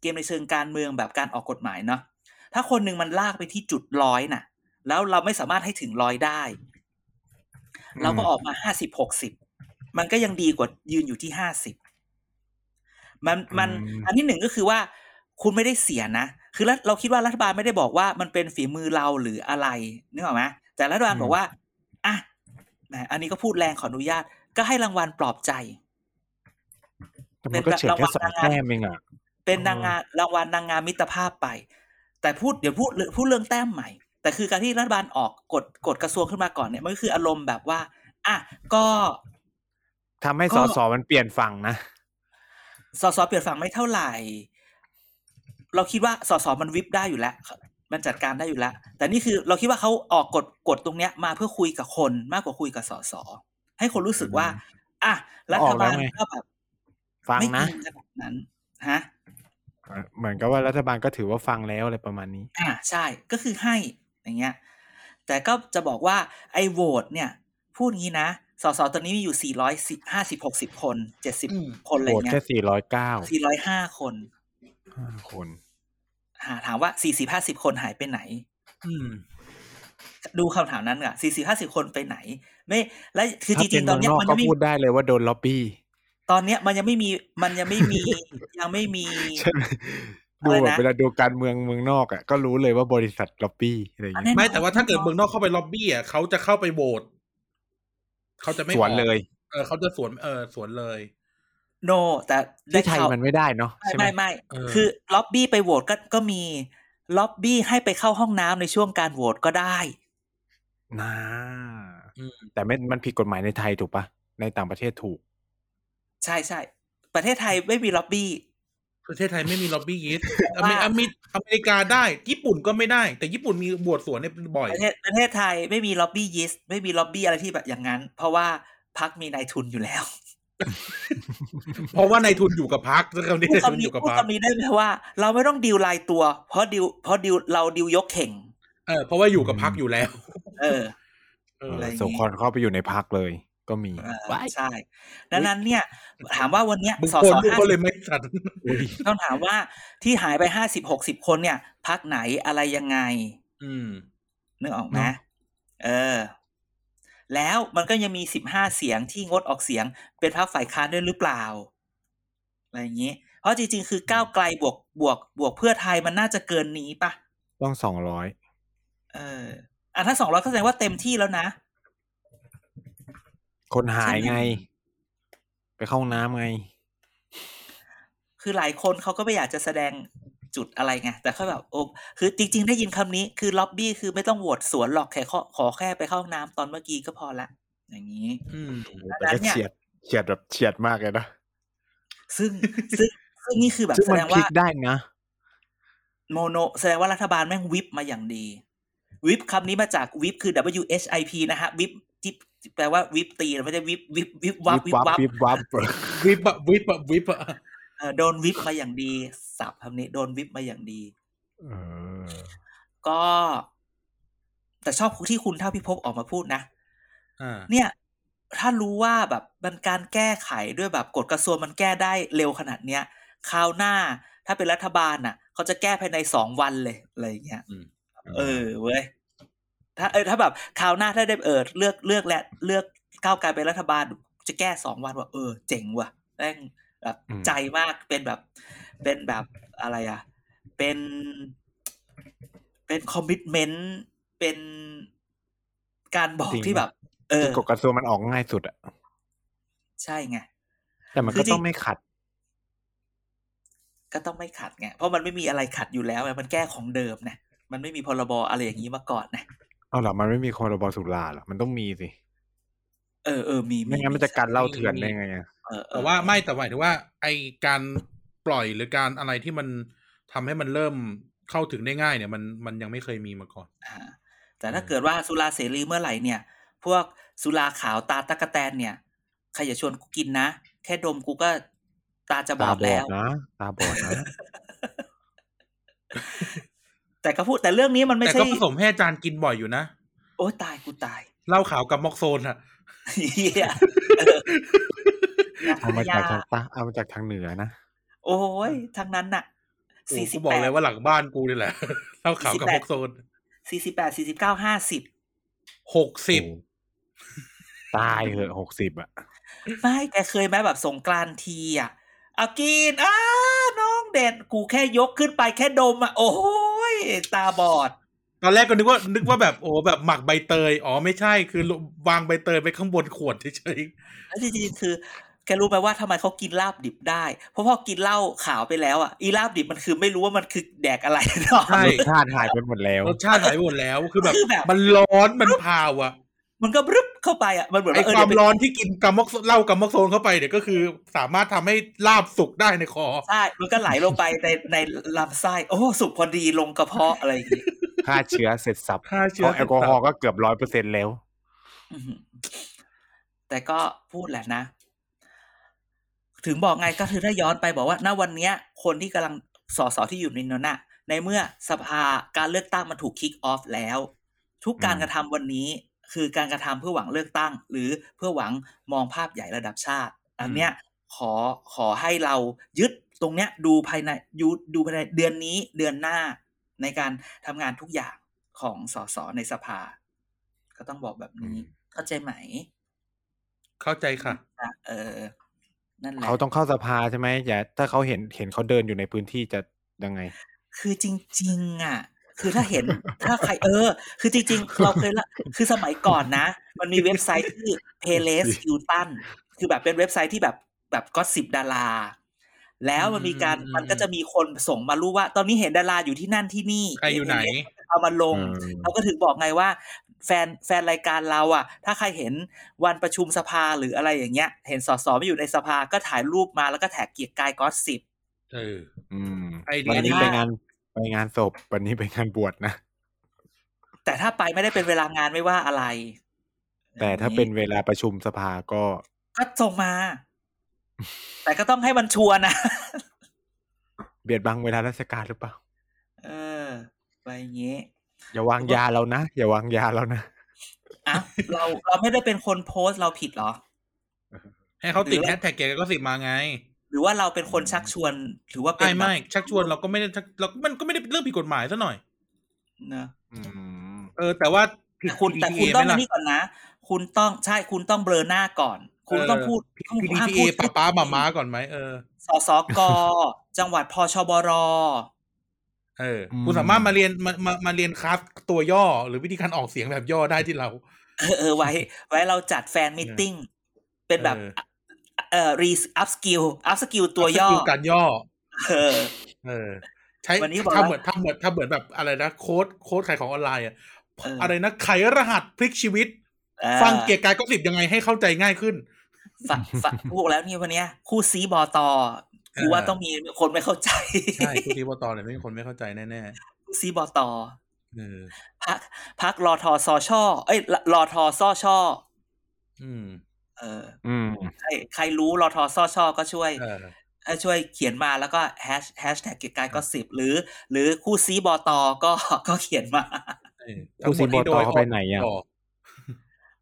D: เกมในเชิงการเมืองแบบการออกกฎหมายเนาะถ้าคนหนึ่งมันลากไปที่จุดร้อยน่ะ แล้วเราไม่สามารถให้ถึงร้อยได้ เราก็ออกมาห้าสิบหกสิบมันก็ยังดีกว่ายืนอยู่ที่ห้าสิบมันมัน
C: อืม
D: อันที่หนึ่งก็คือว่าคุณไม่ได้เสียนะ คือรัฐเราคิดว่ารัฐบาลไม่ได้บอกว่ามันเป็นฝีมือเราหรืออะไรนึกออกไหมแต่รัฐบาลบอกว่าอ่ะแหมอันนี้ก็พูดแรงขออนุญาต ก็ให้รางวัลปลอบใจ
C: แต่มันก็เฉียดแค่สองแต้มเองอ่ะ
D: เป็นนางงามรางวัลนางงามมิตรภาพไป แต่พูดเดี๋ยวพูดพูดเรื่องแต้มใหม่ แต่คือการที่รัฐบาลออกกฎกฎกระทรวงขึ้นมาก่อนเนี่ยมันก็คืออารมณ์แบบว่าอ่ะก็
C: ทำให้
D: ก็
C: สสมันเปลี่ยนฝั่งนะ
D: สสเปลี่ยนฝั่งไม่เท่าไหร่ เราคิดว่าสสมันวิบได้อยู่แล้ว มันจัดการได้อยู่แล้ว แต่นี่คือเราคิดว่าเขาออกกฎกฎตรงเนี้ย มาเพื่อคุยกับคนมากกว่าคุยกับสสให้คนรู้สึกว่าอ่ะรัฐบาล
C: ออกแล้วไง
D: ก็แบบ
C: ฟัง
D: ไม่
C: นะ
D: กินขนาดนั้นฮะ
C: เหมือนกับว่ารัฐบาลก็ถือว่าฟังแล้วอะไรประมาณนี้
D: อ่าใช่ก็คือให้อย่างเงี้ย แต่ก็จะบอกว่าไอ้โหวตเนี่ย พูดงี้นะสสตอนนี้มีอยู่สี่ร้อยสิบห้าสิบหกสิบคนเจ็ดสิบ
A: อืม
D: คนอะไร
C: โหวต
D: เงี้
C: แค่
D: ย
C: สี่ร้อยเก้า
D: สี่ร้อยห้าคน
C: คน
D: หาถามว่าสี่สิบห้าสิบคนหายไปไหน
B: อืม
D: ดูคำถามนั้นอะสี่สิบห้าสิบคนไปไหน ไม่ และคือจ
C: ถ้าเป็
D: ริ
C: น
D: งๆ ต
C: เมือน ง
D: อเนี้
C: น
D: ย
C: อก
D: มัน
C: ก็
D: ยังไม่
C: พูดได้เลยว่าโดนล็อบบี้
D: ตอนเนี้ยมันยังไม่มีมันยังไม่มี ยังไม่มี
C: ใช่ไหม
D: อะ
C: ดู
D: ไรนะ
C: แบบเวลาดูการเมืองเมืองนอกอ่ะก็รู้เลยว่าบริษัทล็อบบี้อะไรอย่าง
D: อัน
C: เงี้ย
D: น่นอน
B: ไม่แต่ว่าถ้าเกิดเมืองนอกเข้าไปล็อบบี้อ่ะเขาจะเข้าไปโหวตเขาจะไม่
C: สวนเลย
B: เออเขาจะสวนเออสวนเลย
D: โน แต่ด้
C: ที่ไทย
D: ข่าว
C: มันไม่ได้เนาะ
D: ไม่
C: ใช่ไหม
D: ไม่ไม่
B: เออ
D: คือล็อบบี้ไปโหวตก็ก็มีล็อบบี้ให้ไปเข้าห้องน้ำในช่วงการโหวตก็ได้
C: นะ
B: อืม
C: แต่ไม่มันผิดกฎหมายในไทยถูกปะในต่างประเทศถูก
D: ใช่ใช่ประเทศไทยไม่มีล็อบบี้
B: ประเทศไทยไม่มีล็อบบี้ยิสต์อเม
D: ว่า
B: ริอเมริอเมริกาได้ ญี่ปุ่นก็ไม่ได้ แต่ญี่ปุ่นมีบวชสวนเนี่ยบ่ อย
D: ประเทศประเทศไทยไม่มีล็อบบี้ยิสไม่มีล็อบบี้อะไรที่แบบอย่างนั้น เพราะว่าพักมีนายทุนอยู่ แล้ว
B: เพราะว่านายทุนอยู่กับพักเรื่อง นี้
D: พูด
B: นายทุนอ
D: คำนี้
B: ยู่กับ
D: พูด
B: พัก
D: คำนี้ได้ไหมว่า เราไม่ต้องดิวลายตัว เพราะดิวเพราะดิวเราดิวยกเข่ง
B: เออเพราะว่าอยู่กับพักอยู่แล้ว
D: เออ
B: เออ
D: อะไรอย่างงี้
C: ส่งคนเข้าไปอยู่ในพักเลย ก็มี
D: เออใช่ดังนั้นเนี่ย ถามว่าวันเนี้ย
B: บาง
D: สอ
B: คน
D: สอ
B: ลูก
D: ห้า
B: ก็
D: สิ
B: เล
D: บ
B: ยไม่ทัน
D: ต้องถามว่าที่หายไปห้าสิบหกสิบคนเนี่ยพักไหนอะไรยังไง
B: อืม
D: นึกออกไหมเออ แล้วมันก็ยังมีสิบห้าเสียงที่งดออกเสียง เป็นพรรคฝ่ายค้านด้วยหรือเปล่า อะไรอย่างนี้ เพราะจริงๆ คือก้าวไกลบวกบวก บวกเพื่อไทยมันน่าจะเกินนี้ปะ
C: ต้องสองร้อย
D: เอออ่ะถ้าสองร้อยก็แสดงว่าเต็มที่แล้วนะ
C: คนหายไง
D: ใช่
C: ไปเข้าห้องน้ำไง
D: คือหลายคนเขาก็ไม่อยากจะแสดงจุดอะไรไง แต่เขาแบบโอ้คือจริง ๆ ได้ยินคำนี้ คือล็อบบี้คือไม่ต้องโหวตสวนหรอกแค่ขอขอแค่ไปเข้าห้องน้ำตอนเมื่อกี้ก็พอละ อย่างนี้
B: อืม
C: แต่ก็เฉียดเฉียดแบบเฉียดมากเลยนะ
D: ซึ่งซึ่งซึ่งนี่คือแบบ
C: ซึ่ง
D: แส
C: มัน
D: ดง
C: พลิ
D: ว่า
C: กได้นะ
D: โมโนแสดงว่ารัฐบาลแม่งวิปมาอย่างดี วิปคำนี้มาจากวิปคือ W H I P นะฮะวิปจิบแปลว่าวิปตีไม่ใช่วิปวิปวิปวับ
C: วิ
D: วิบบ วั
C: วั
D: บบ
C: วิบวับ
B: วิบอะวิบอะวิบอะ
D: เอ่อโดนวิปมาอย่างดีสับคำนี้โดนวิปมาอย่างดี
C: เออ
D: ก็ แต่ชอบที่คุณเท่าพิภพออกมาพูดนะ
B: อ่า
D: เนี่ย ถ้ารู้ว่าแบบมันการแก้ไขด้วยแบบกฎกระทรวงมันแก้ได้เร็วขนาดเนี้ยคราวหน้า ถ้าเป็นรัฐบาลน่ะ เขาจะแก้ภายในสองวันเลยอะไรอย่างเงี้ย
B: อืม
D: เออเว้ยถ้าเออถ้าแบบคราวหน้าถ้าได้เออเลือกเลือกและเลือกก้าวไกลเป็นรัฐบาล จะแก้สองวันว่าเออ เจ๋งว่ะแม่งแบบใจมากเป็นแบบ เป็นแบบอะไรอ่ะ เป็น เป็นคอมมิชเมนต์เป็นการบอกที่แบบ เออ
C: คือกฎกระทรวงมันออกง่ายสุดอะ
D: ใช่ไง
C: แต่มัน
D: คื
C: ก็
D: อจริง
C: ต้องไม่ขัด
D: ก็ต้องไม่ขัดไง เพราะมันไม่มีอะไรขัดอยู่แล้วไงมันแก้ของเดิมนะมันไม่มีพรบอะไรอย่างนี้มาก่อนนะ
C: เอาเหรอมันไม่มีคอรบสุราเหรอมันต้องมีสิ
D: เออเออมี
C: ไม่งั้นมันจะการเล่าเถื่อนได้ไงอะ
D: เออเออ
B: แต่ว่าไม่แต่หมายถึงว่า ไอการปล่อยหรือการอะไรที่มันทำให้มันเริ่มเข้าถึงได้ง่ายเนี่ยมันมันยังไม่เคยมีมาก่อน
D: อ่าแต่ถ้าเกิดว่าสุราเสรีเมื่อไหร่เนี่ย พวกสุราขาวตาตะกะแตนเนี่ยใครอย่าชวนกูกินนะ แค่ดมกูก็ตาจะบ
C: ตา
D: อด
C: บอ
D: แล้
C: ด
D: ว
C: นะตาบอดนะ
D: แต่ก็พูดแต่เรื่องนี้มันไม่
B: แต่
D: ใช่
B: ก็ผสมให้อาจารย์กินบ่อยอยู่นะ
D: โอ้ตายกูตาย
B: เหล้าขาวกับม็อกโซนอะ
D: เหี้ย
C: เอามาจากทางใต้เอามาจากทางเหนือนะ
D: โอ้ยทางนั้นน่ะสี่สิ
B: กู
D: บ
B: บอก
D: แปด
B: เลยว่าหลังบ้านกูนี่แหละ เล่าขาวกับ
D: 48
B: พวกโซน
D: สี่สิบแปดสี่สิบเก้าห้าสิบ
B: หกสิบ
C: ตายเหอะหกสิบอ่ะ
D: ไม่แกเคยไหมแบบสงกรานต์ทีอ่ะเอากินอ้าน้องเด่นกูแค่ยกขึ้นไปแค่ดมอ่ะ โอ้ยตาบอด
B: ตอนแรกก็นึกว่านึกว่าแบบโอ้แบบหมักใบเตย อ๋อไม่ใช่คือวางใบเตยไปข้างบนขวดเฉย
D: แล้วจริงๆคือ แกรู้ไหมว่าทำไมเขากินลาบดิบได้ เพราะพอกินเหล้าขาวไปแล้วอ่ะอีลาบดิบมันคือไม่รู้ว่ามันคือแดกอะไร เนาะ
B: ๆใช่
C: รสชาติหายไปหมดแล้ว
B: รสชาติหายหมดแล้วคือแบบ
D: คือแบบ
B: มันร้อนมันพาวอะ
D: มันก็บรึบเข้าไปอ่ะมันเหมือน
B: ไอ
D: ว่าเออ
B: ความ
D: เดี๋ยวไป
B: ร้อนที่กินกัมมอกโซเหล่ากัมมอกโซนเข้าไปเนี่ยก็คือสามารถทำให้ลาบสุกได้ในคอ
D: ใช่มันก็ไหลลงไปในในลำไส้โอ้สุกพอดีลงกระเพาะอะไรอย่างงี้
C: ค่าเชื้อเสร็จสับ
B: ฆ่าเชื้อ
C: เพราะแอลกอฮอล์ก็เกือบร้อยเปอร์เซ็นแล้ว
D: อื้อหือ แต่ก็พูดแหละนะ ถึงบอกไงก็คือถ้าย้อนไปบอกว่าณวันเนี้ย คนที่กำลังสอสอที่อยู่ในนั้นน่ะ ในเมื่อสภาการเลือกตั้งมันถูกคิกออฟแล้ว ทุกการ
C: อืม
D: กระทำวันนี้ คือการกระทำเพื่อหวังเลือกตั้ง หรือเพื่อหวังมองภาพใหญ่ระดับชาติ อันเนี้ย ขอขอให้เรายึดตรงเนี้ย ดูภายในยูดูภายในเดือนนี้เดือนหน้า ในการทำงานทุกอย่างของสสในสภา ก็ต้องบอกแบบนี้ เข้าใจไหม
B: เข้าใจค่ะ
D: นะเออ นั่นแหละ
C: เขาต้องเข้าสภาใช่ไหมอย่าถ้าเขาเห็นเห็นเขาเดินอยู่ในพื้นที่จะยังไง
D: คือจริง ๆ อ่ะ คือถ้าเห็น ถ้าใครเออ คือจริง ๆ เราเคยละ คือสมัยก่อนนะ มันมีเว็บไซต์ชื่อ p a y l e s s h i l t o n คือแบบเป็นเว็บไซต์ที่แบบแบบก็สิบดารา แล้วมันมีการ
B: อืม
D: มันก็จะมีคนส่งมารู้ว่า ตอนนี้เห็นดาราอยู่ที่นั่นที่นี่
B: ใครอยู่ไหน
D: เอามาลง
C: อืม
D: เราก็ถึงบอกไงว่า แฟนแฟนรายการเราอ่ะ ถ้าใครเห็นวันประชุมสภาหรืออะไรอย่างเงี้ย เห็นสสไม่อยู่ในสภาก็ถ่ายรูปมาแล้วก็แท็กเกียรติกายก็สิบ
B: เออ
C: อืม
B: ไอเดีย
C: วันนี้
D: มาก
C: ไปงานไปงานศพวันนี้ไปงานบวชนะ
D: แต่ถ้าไปไม่ได้เป็นเวลางานไม่ว่าอะไร
C: แต่ถ้าเป็นเวลาประชุมสภาก็
D: ก็ส่งมา แต่ก็ต้องให้มันชัวร์นะ
C: เบียดบังเวลาราชการหรือเปล่า
D: เออ ไปอย่างงี้
C: อย่าวางยาเรานะ อย่าวางยาเรานะ
D: อ่ะเราเราไม่ได้เป็นคนโพสต์เราผิดเหรอ
B: ให้เขาติด
D: หรือว่า
B: แฮชแท็กแกก็สิบมาไง
D: หรือว่าเราเป็นคนชักชวนหรือว่าเป็น
B: ไม่ไม่
D: แบบ
B: ชักชวนเราก็ไม่ได้ชักเรามันก็ไม่ได้เป็นเรื่องผิดกฎหมายซะหน่อย
D: เนอะ
C: อืม
B: เออ แต่ว่าผิด
D: แต่คุณแต่คุณ
B: PDPA
D: ต้อง
B: ไหมล่ะ
D: นี่ก่อนนะ คุณต้องใช่คุณต้องเบลอหน้าก่อน คุณต้อง
B: เออ
D: พูดต้อง
B: ผิด
D: ห้าม
B: PDPA
D: พูด
B: ป้าป้ามาม้าก่อนไหมเออ
D: สสก จังหวัดพชบร
B: เอออ
C: ม
B: คุณสามารถมาเรียนมามามาเรียนคลาสตัวย่อ หรือวิธีการออกเสียงแบบย่อได้ที่เรา
D: เออเออไว้ ไว้เราจัดแฟนมิทติ้ง เป็นแบบ
B: เออ
D: เอ่อรีอัพสกิลอัพสกิลตัวย่อ
B: สกิลการย่อ
D: เออ
B: เออ ใช้
D: วันนี้บอก
B: ถ้า
D: แล้ว
B: เหมือนถ้าเหมือนถ้าเหมือนแบบอะไรนะโค้ดโค้ดขายของออนไลน์อะ
D: เอออ
B: อะไรนะไขรหัสพลิกชีวิต
D: เออ
B: ฟังเกียร์กายก็สิบยังไงให้เข้าใจง่ายขึ้น
D: ฟังฟังพูดแล้วนี่วันเนี้ย คู่ซีบอตอกูว่า
B: เออ
D: ต้องมีคนไม่เข้าใจ
B: ใช่คุณทีวตอนเนี่ยไม่มีคนไม่เข้าใจแน่
D: คู่ซีบอตอ
B: ๆเออ
D: พักพักรอทอซอช่อ เอ้ยรอทอซอช่อ
B: อืม
D: เออ
C: อืม
D: ใครใครรู้รอทอซอช่อก็ช่วย
B: เออ
D: เอ่อช่วยเขียนมาแล้วก็แฮชแฮชแท็กเกียรติกายก็สิบหรือ หรือคู่ซีบอตอก็ ก็เขียนมา
B: เออ
C: ผู้ซีบอต่อเขาไปไหนอะ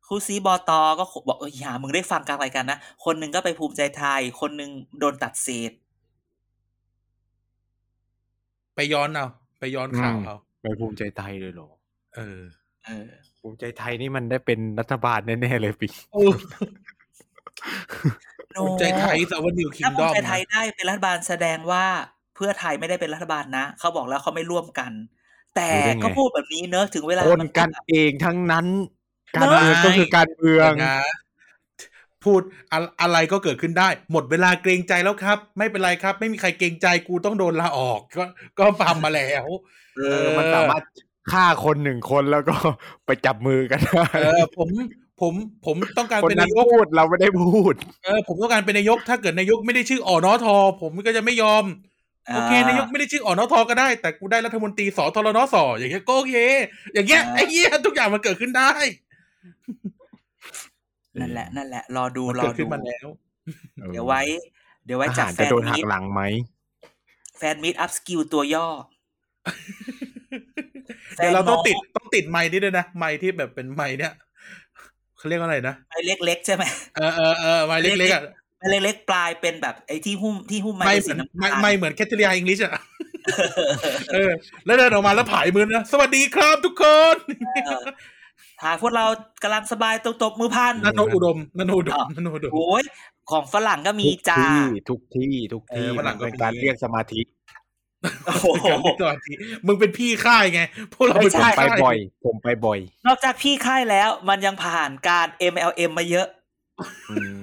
D: คู่ซีบอตอก็บอกเอยอย่ามึงได้ฟังกลางรายการนะ คนหนึ่งก็ไปภูมิใจไทย คนหนึ่งโดนตัดสิทธิ์
B: ไปย้อนเอาไปย้อนข่าวเอา
C: ไปภูมิใจไทยเลยเหรอ
B: เออ
D: เออ
C: ภูมิใจไทยนี่มันได้เป็นรัฐบาลแน่ๆเลยปี
D: No
B: ภูมิใจไทยสวัสดีคิง
D: ถ้า
B: ด
D: ภู
B: อม
D: มิใจไทยได้เป็นรัฐบาลแสดงว่าเพื่อไทยไม่ได้เป็นรัฐบาลนะ เขาบอกแล้วเขาไม่ร่วมกัน แต่
C: รู้ได้ไง
D: ก็พูดแบบนี้เนอะถึงเวลา
C: คน
D: มั
C: กันเองทั้งนั้น การเมืองก็คือการเมือง
B: นะพูดอะอะไรก็เกิดขึ้นได้ หมดเวลาเกรงใจแล้วครับ ไม่เป็นไรครับ ไม่มีใครเกรงใจกูต้องโดนลาออก ก็ก็ฟังมาแล้ว
C: เออ มันสามารถฆ่าคนหนึ่งคนแล้วก็ ไปจับมือกันได้
B: เออผมผมผมต้องการ
C: คน
B: เป็น
C: นั้น
B: นายก
C: พูดเราไม่ได้พูด
B: เออผมต้องการเป็นนายกถ้าเกิดนายกไม่ได้ชื่ออ่อนอทอ ผมก็จะไม่ยอม โอเคนายกไม่ได้ชื่ออ่อนอทอก็ได้ แต่กูได้รัฐมนตรีสอทรนอสออย่างเงี้ยก็โอเค อย่างเงี้ยไอ้เงี้ยทุกอย่างมันเกิดขึ้นได้
D: นั่นแหละนั่นแหละ รอดู
B: มัน
D: รอ
B: เกิดขึ้
D: ดู
B: นมาแล้ว
D: เดี๋ยวไว้ เดี๋ยวไว้
C: ท
D: จัด
C: หาร
D: แฟ
C: จะ
D: น
C: โดนหั
D: มิ
C: ก
D: ต
C: หลังไหม
D: แฟนมิตอัพสกิลตัวย่อ
B: เดี๋ยวเราต้องติด
D: แฟนม
B: ต้องติดไม้นี่ด้วยนะไม้ที่แบบเป็นไม้เนี่ยเขาเรียกว่าอะไรนะ
D: ไม้เล็กๆใช่ไหม
B: เออเออเออไม้เล็กๆอ่ะ
D: ไม้ เล็กๆปลายเป็นแบบไอ้ที่หุ้มที่หุ้ม
B: ไม่
D: เป็น
B: เห
D: สี
B: มือน
D: น้ำ
B: ไม่
D: ตาล
B: ไม่เหมือนแคทเธอรีนอังกฤษอ่ะเออ แล้วเดินออกมาแล้วผายมือนะสวัสดีครับทุกคน
D: เออถ่ายพวกเรากำลังสบายตบๆมือพัน
B: นันโนอุดมนันโนอุดม
D: อ่ะ
B: นันโนอุดม
D: โอ้ยของฝรั่งก็มี
C: ทุก
D: จ้า
C: ที่ทุกที่ทุก
B: เอ
C: ที่
B: อฝรั่
C: มั
B: ง
C: น
B: ก็
C: เป็น
B: มี
C: การเรียกสมาธิ
D: โอ้โห
B: จอดทีมึงเป็นพี่ค่ายไงพวกเรา
D: ไม่
B: เป็น
D: ใช่
B: พี่
C: ไป
B: ค่าย
C: บ่อย ผมไปบ่อย
D: นอกจากพี่ค่ายแล้วมันยังผ่านการ MLM มาเยอะ
C: อืม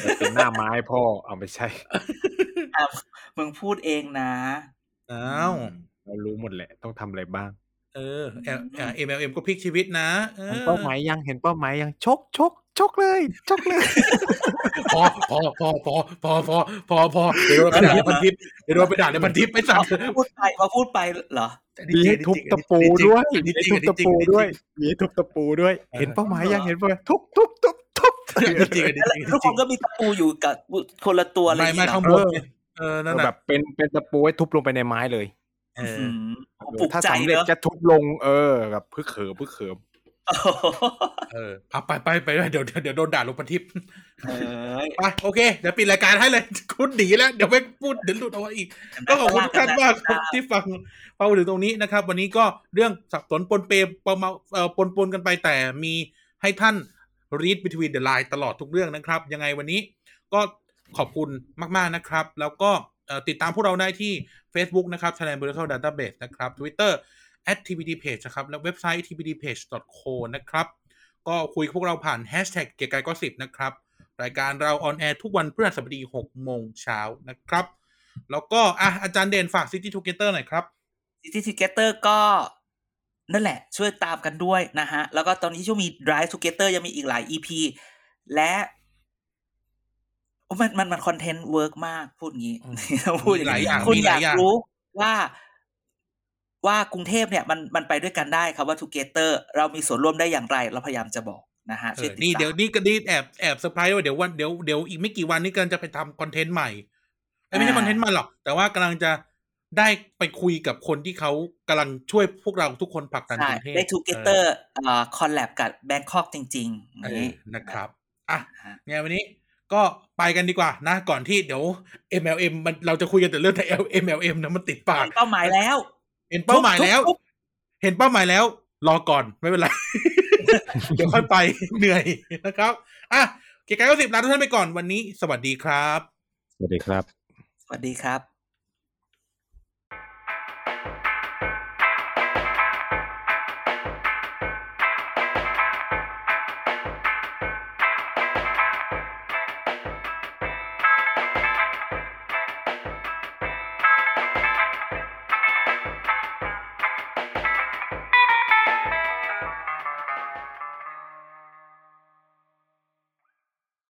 C: แต่เป็นหน้าไม้พ่อเอาไม่ใช่
D: อ่ะมึงพูดเองนะ
B: อ้าว
C: เรารู้หมดแหละ ต้องทำอะไรบ้าง
B: เออเอ็มเอ็มก็พลิกชีวิตนะเออ
C: เห็นเป้าหมายยังเห็นเป้าหมายยังชกชกชกเลยชกเลย
B: พอพอพอพอพอพอพอพอเดี๋ยวโดนไปด่าในพันทิปเดี๋ยวโดนไปด่าในพันทิปไปสั่ง
D: พูดไปพอพูดไปเหรอ
C: มีให้ทุบตะปูด้วยมีให้ทุบตะปูด้วยมีให้ทุบตะปูด้วย
B: เออ
C: เห็นเป้าหมายยังเห็นเป้าหมายทุบทุบทุบทุบ
B: จริงจริง
D: ทุกคนก็มีตะปูอยู่กับคนละตัวอะไรอ
B: ไม่
D: ย่าง
B: ไม่
D: เงี้ย
B: ข้าง
D: เหรอบ
B: นเนี่ยเออนั่น
C: แบ
B: แหะ
C: บเป็นเป็นตะปูให้ทุบลงไปในไม้เลย
B: เอ
D: อื้อ
B: อ
D: หือผมปลุก
C: ถ้า
D: ใจ
C: สำเร็จ
D: เนอะ
C: จะทุบลงเออแบบพึกเขิมพึกเขิม
D: โอ้โห
B: เออเอาไปไปไปเดี๋ยวเดี๋ยวเดี๋ยวโดนด่าลงพันทิป
D: เอ้ย
B: ไปโอเคเดี๋ยวปิดรายการให้เลย คุณหนีแล้วเดี๋ยวไปพูดเดี๋ยวหลุดออกมาอีก ก็ขอบคุณทุกท่านมากครับที่ฟังฟังมาถึงตรงนี้นะครับ วันนี้ก็เรื่องสับสนปนเปประมาเอ่อปนปนกันไปแต่มีให้ท่าน read between the line ตลอดทุกเรื่องนะครับ ยังไงวันนี้ก็ขอบคุณมาก ๆ นะครับ แล้วก็เอ่อติดตามพวกเราได้ที่ Facebook นะครับ Thailand Miracle Database นะครับ Twitter at tbdpage นะครับและเว็บไซต์ tbdpage.co นะครับ ก็คุยกับพวกเราผ่าน hashtag เกียร์กายก็สิบนะครับ รายการเราออนแอร์ทุกวันพฤหัสบดี6โมงเช้านะครับ แล้วก็อ่ะอาจารย์เด่นฝาก City t o g e t h e r หน่อยครับ
D: ซิตี้ทิเกเตอร์ก็นั่นแหละ ช่วยตามกันด้วยนะฮะ แล้วก็ตอนนี้ช่วงมี Drive Together ยังมีอีกหลาย EP และโอ้มันมันมันคอนเทนต์เวิร์กมากพูดงี้
B: อืม
D: พูดอย่าง
B: หลายอ
D: นี้
B: ย่าง
D: คุณ
B: มีหลาย
D: อาย ก
B: อย่าง
D: รู้ว่าว่ากรุงเทพเนี่ยมันมันไปด้วยกันได้ครับว่า Together เรามีส่วนร่วมได้อย่างไร เราพยายามจะบอกนะฮะ
B: เอ
D: ช่วย
B: อ
D: ติด
B: นี่
D: ตาม
B: เดี๋ยวนี่ก็นี่แอบแอบเซอร์ไพรส์ว่าเดี๋ยววันเดี๋ยวเดี๋ยวอีกไม่กี่วันนี้กำลังจะไปทำคอนเทนต์ใหม่เอ้ยไม่ใช่
D: อ่า
B: คอนเทนต์ใหม่หรอก แต่ว่ากำลังจะได้ไปคุยกับคนที่เขากำลังช่วยพวกเราทุกคนผลักดัน
D: ใช่
B: กรุงเทพ
D: ได้ Together อ่าคอลแลบกับ Bangkok จริงๆ
B: เออเออ
D: นี่
B: นะครับอ่ะ
D: ฮะ
B: เนี่ยวันนี้ก็ไปกันดีกว่านะ ก่อนที่เดี๋ยว MLM มันเราจะคุยกันแต่เรื่องแต่ MLM นะมันติดปาก
D: เป้าหมายแล้ว
B: เห็นเป้าหมายแล้ว
D: ทุบ
B: เห็นเป้าหมายแล้ว รอก่อนไม่เป็นไร เดี๋ยวค่อยไป เหนื่อยนะครับ อ่ะเกียร์กายก็สิบลาทุกท่านไปก่อนวันนี้ สวัสดีครับ
C: สวัสดีครับ
D: สวัสดีครับ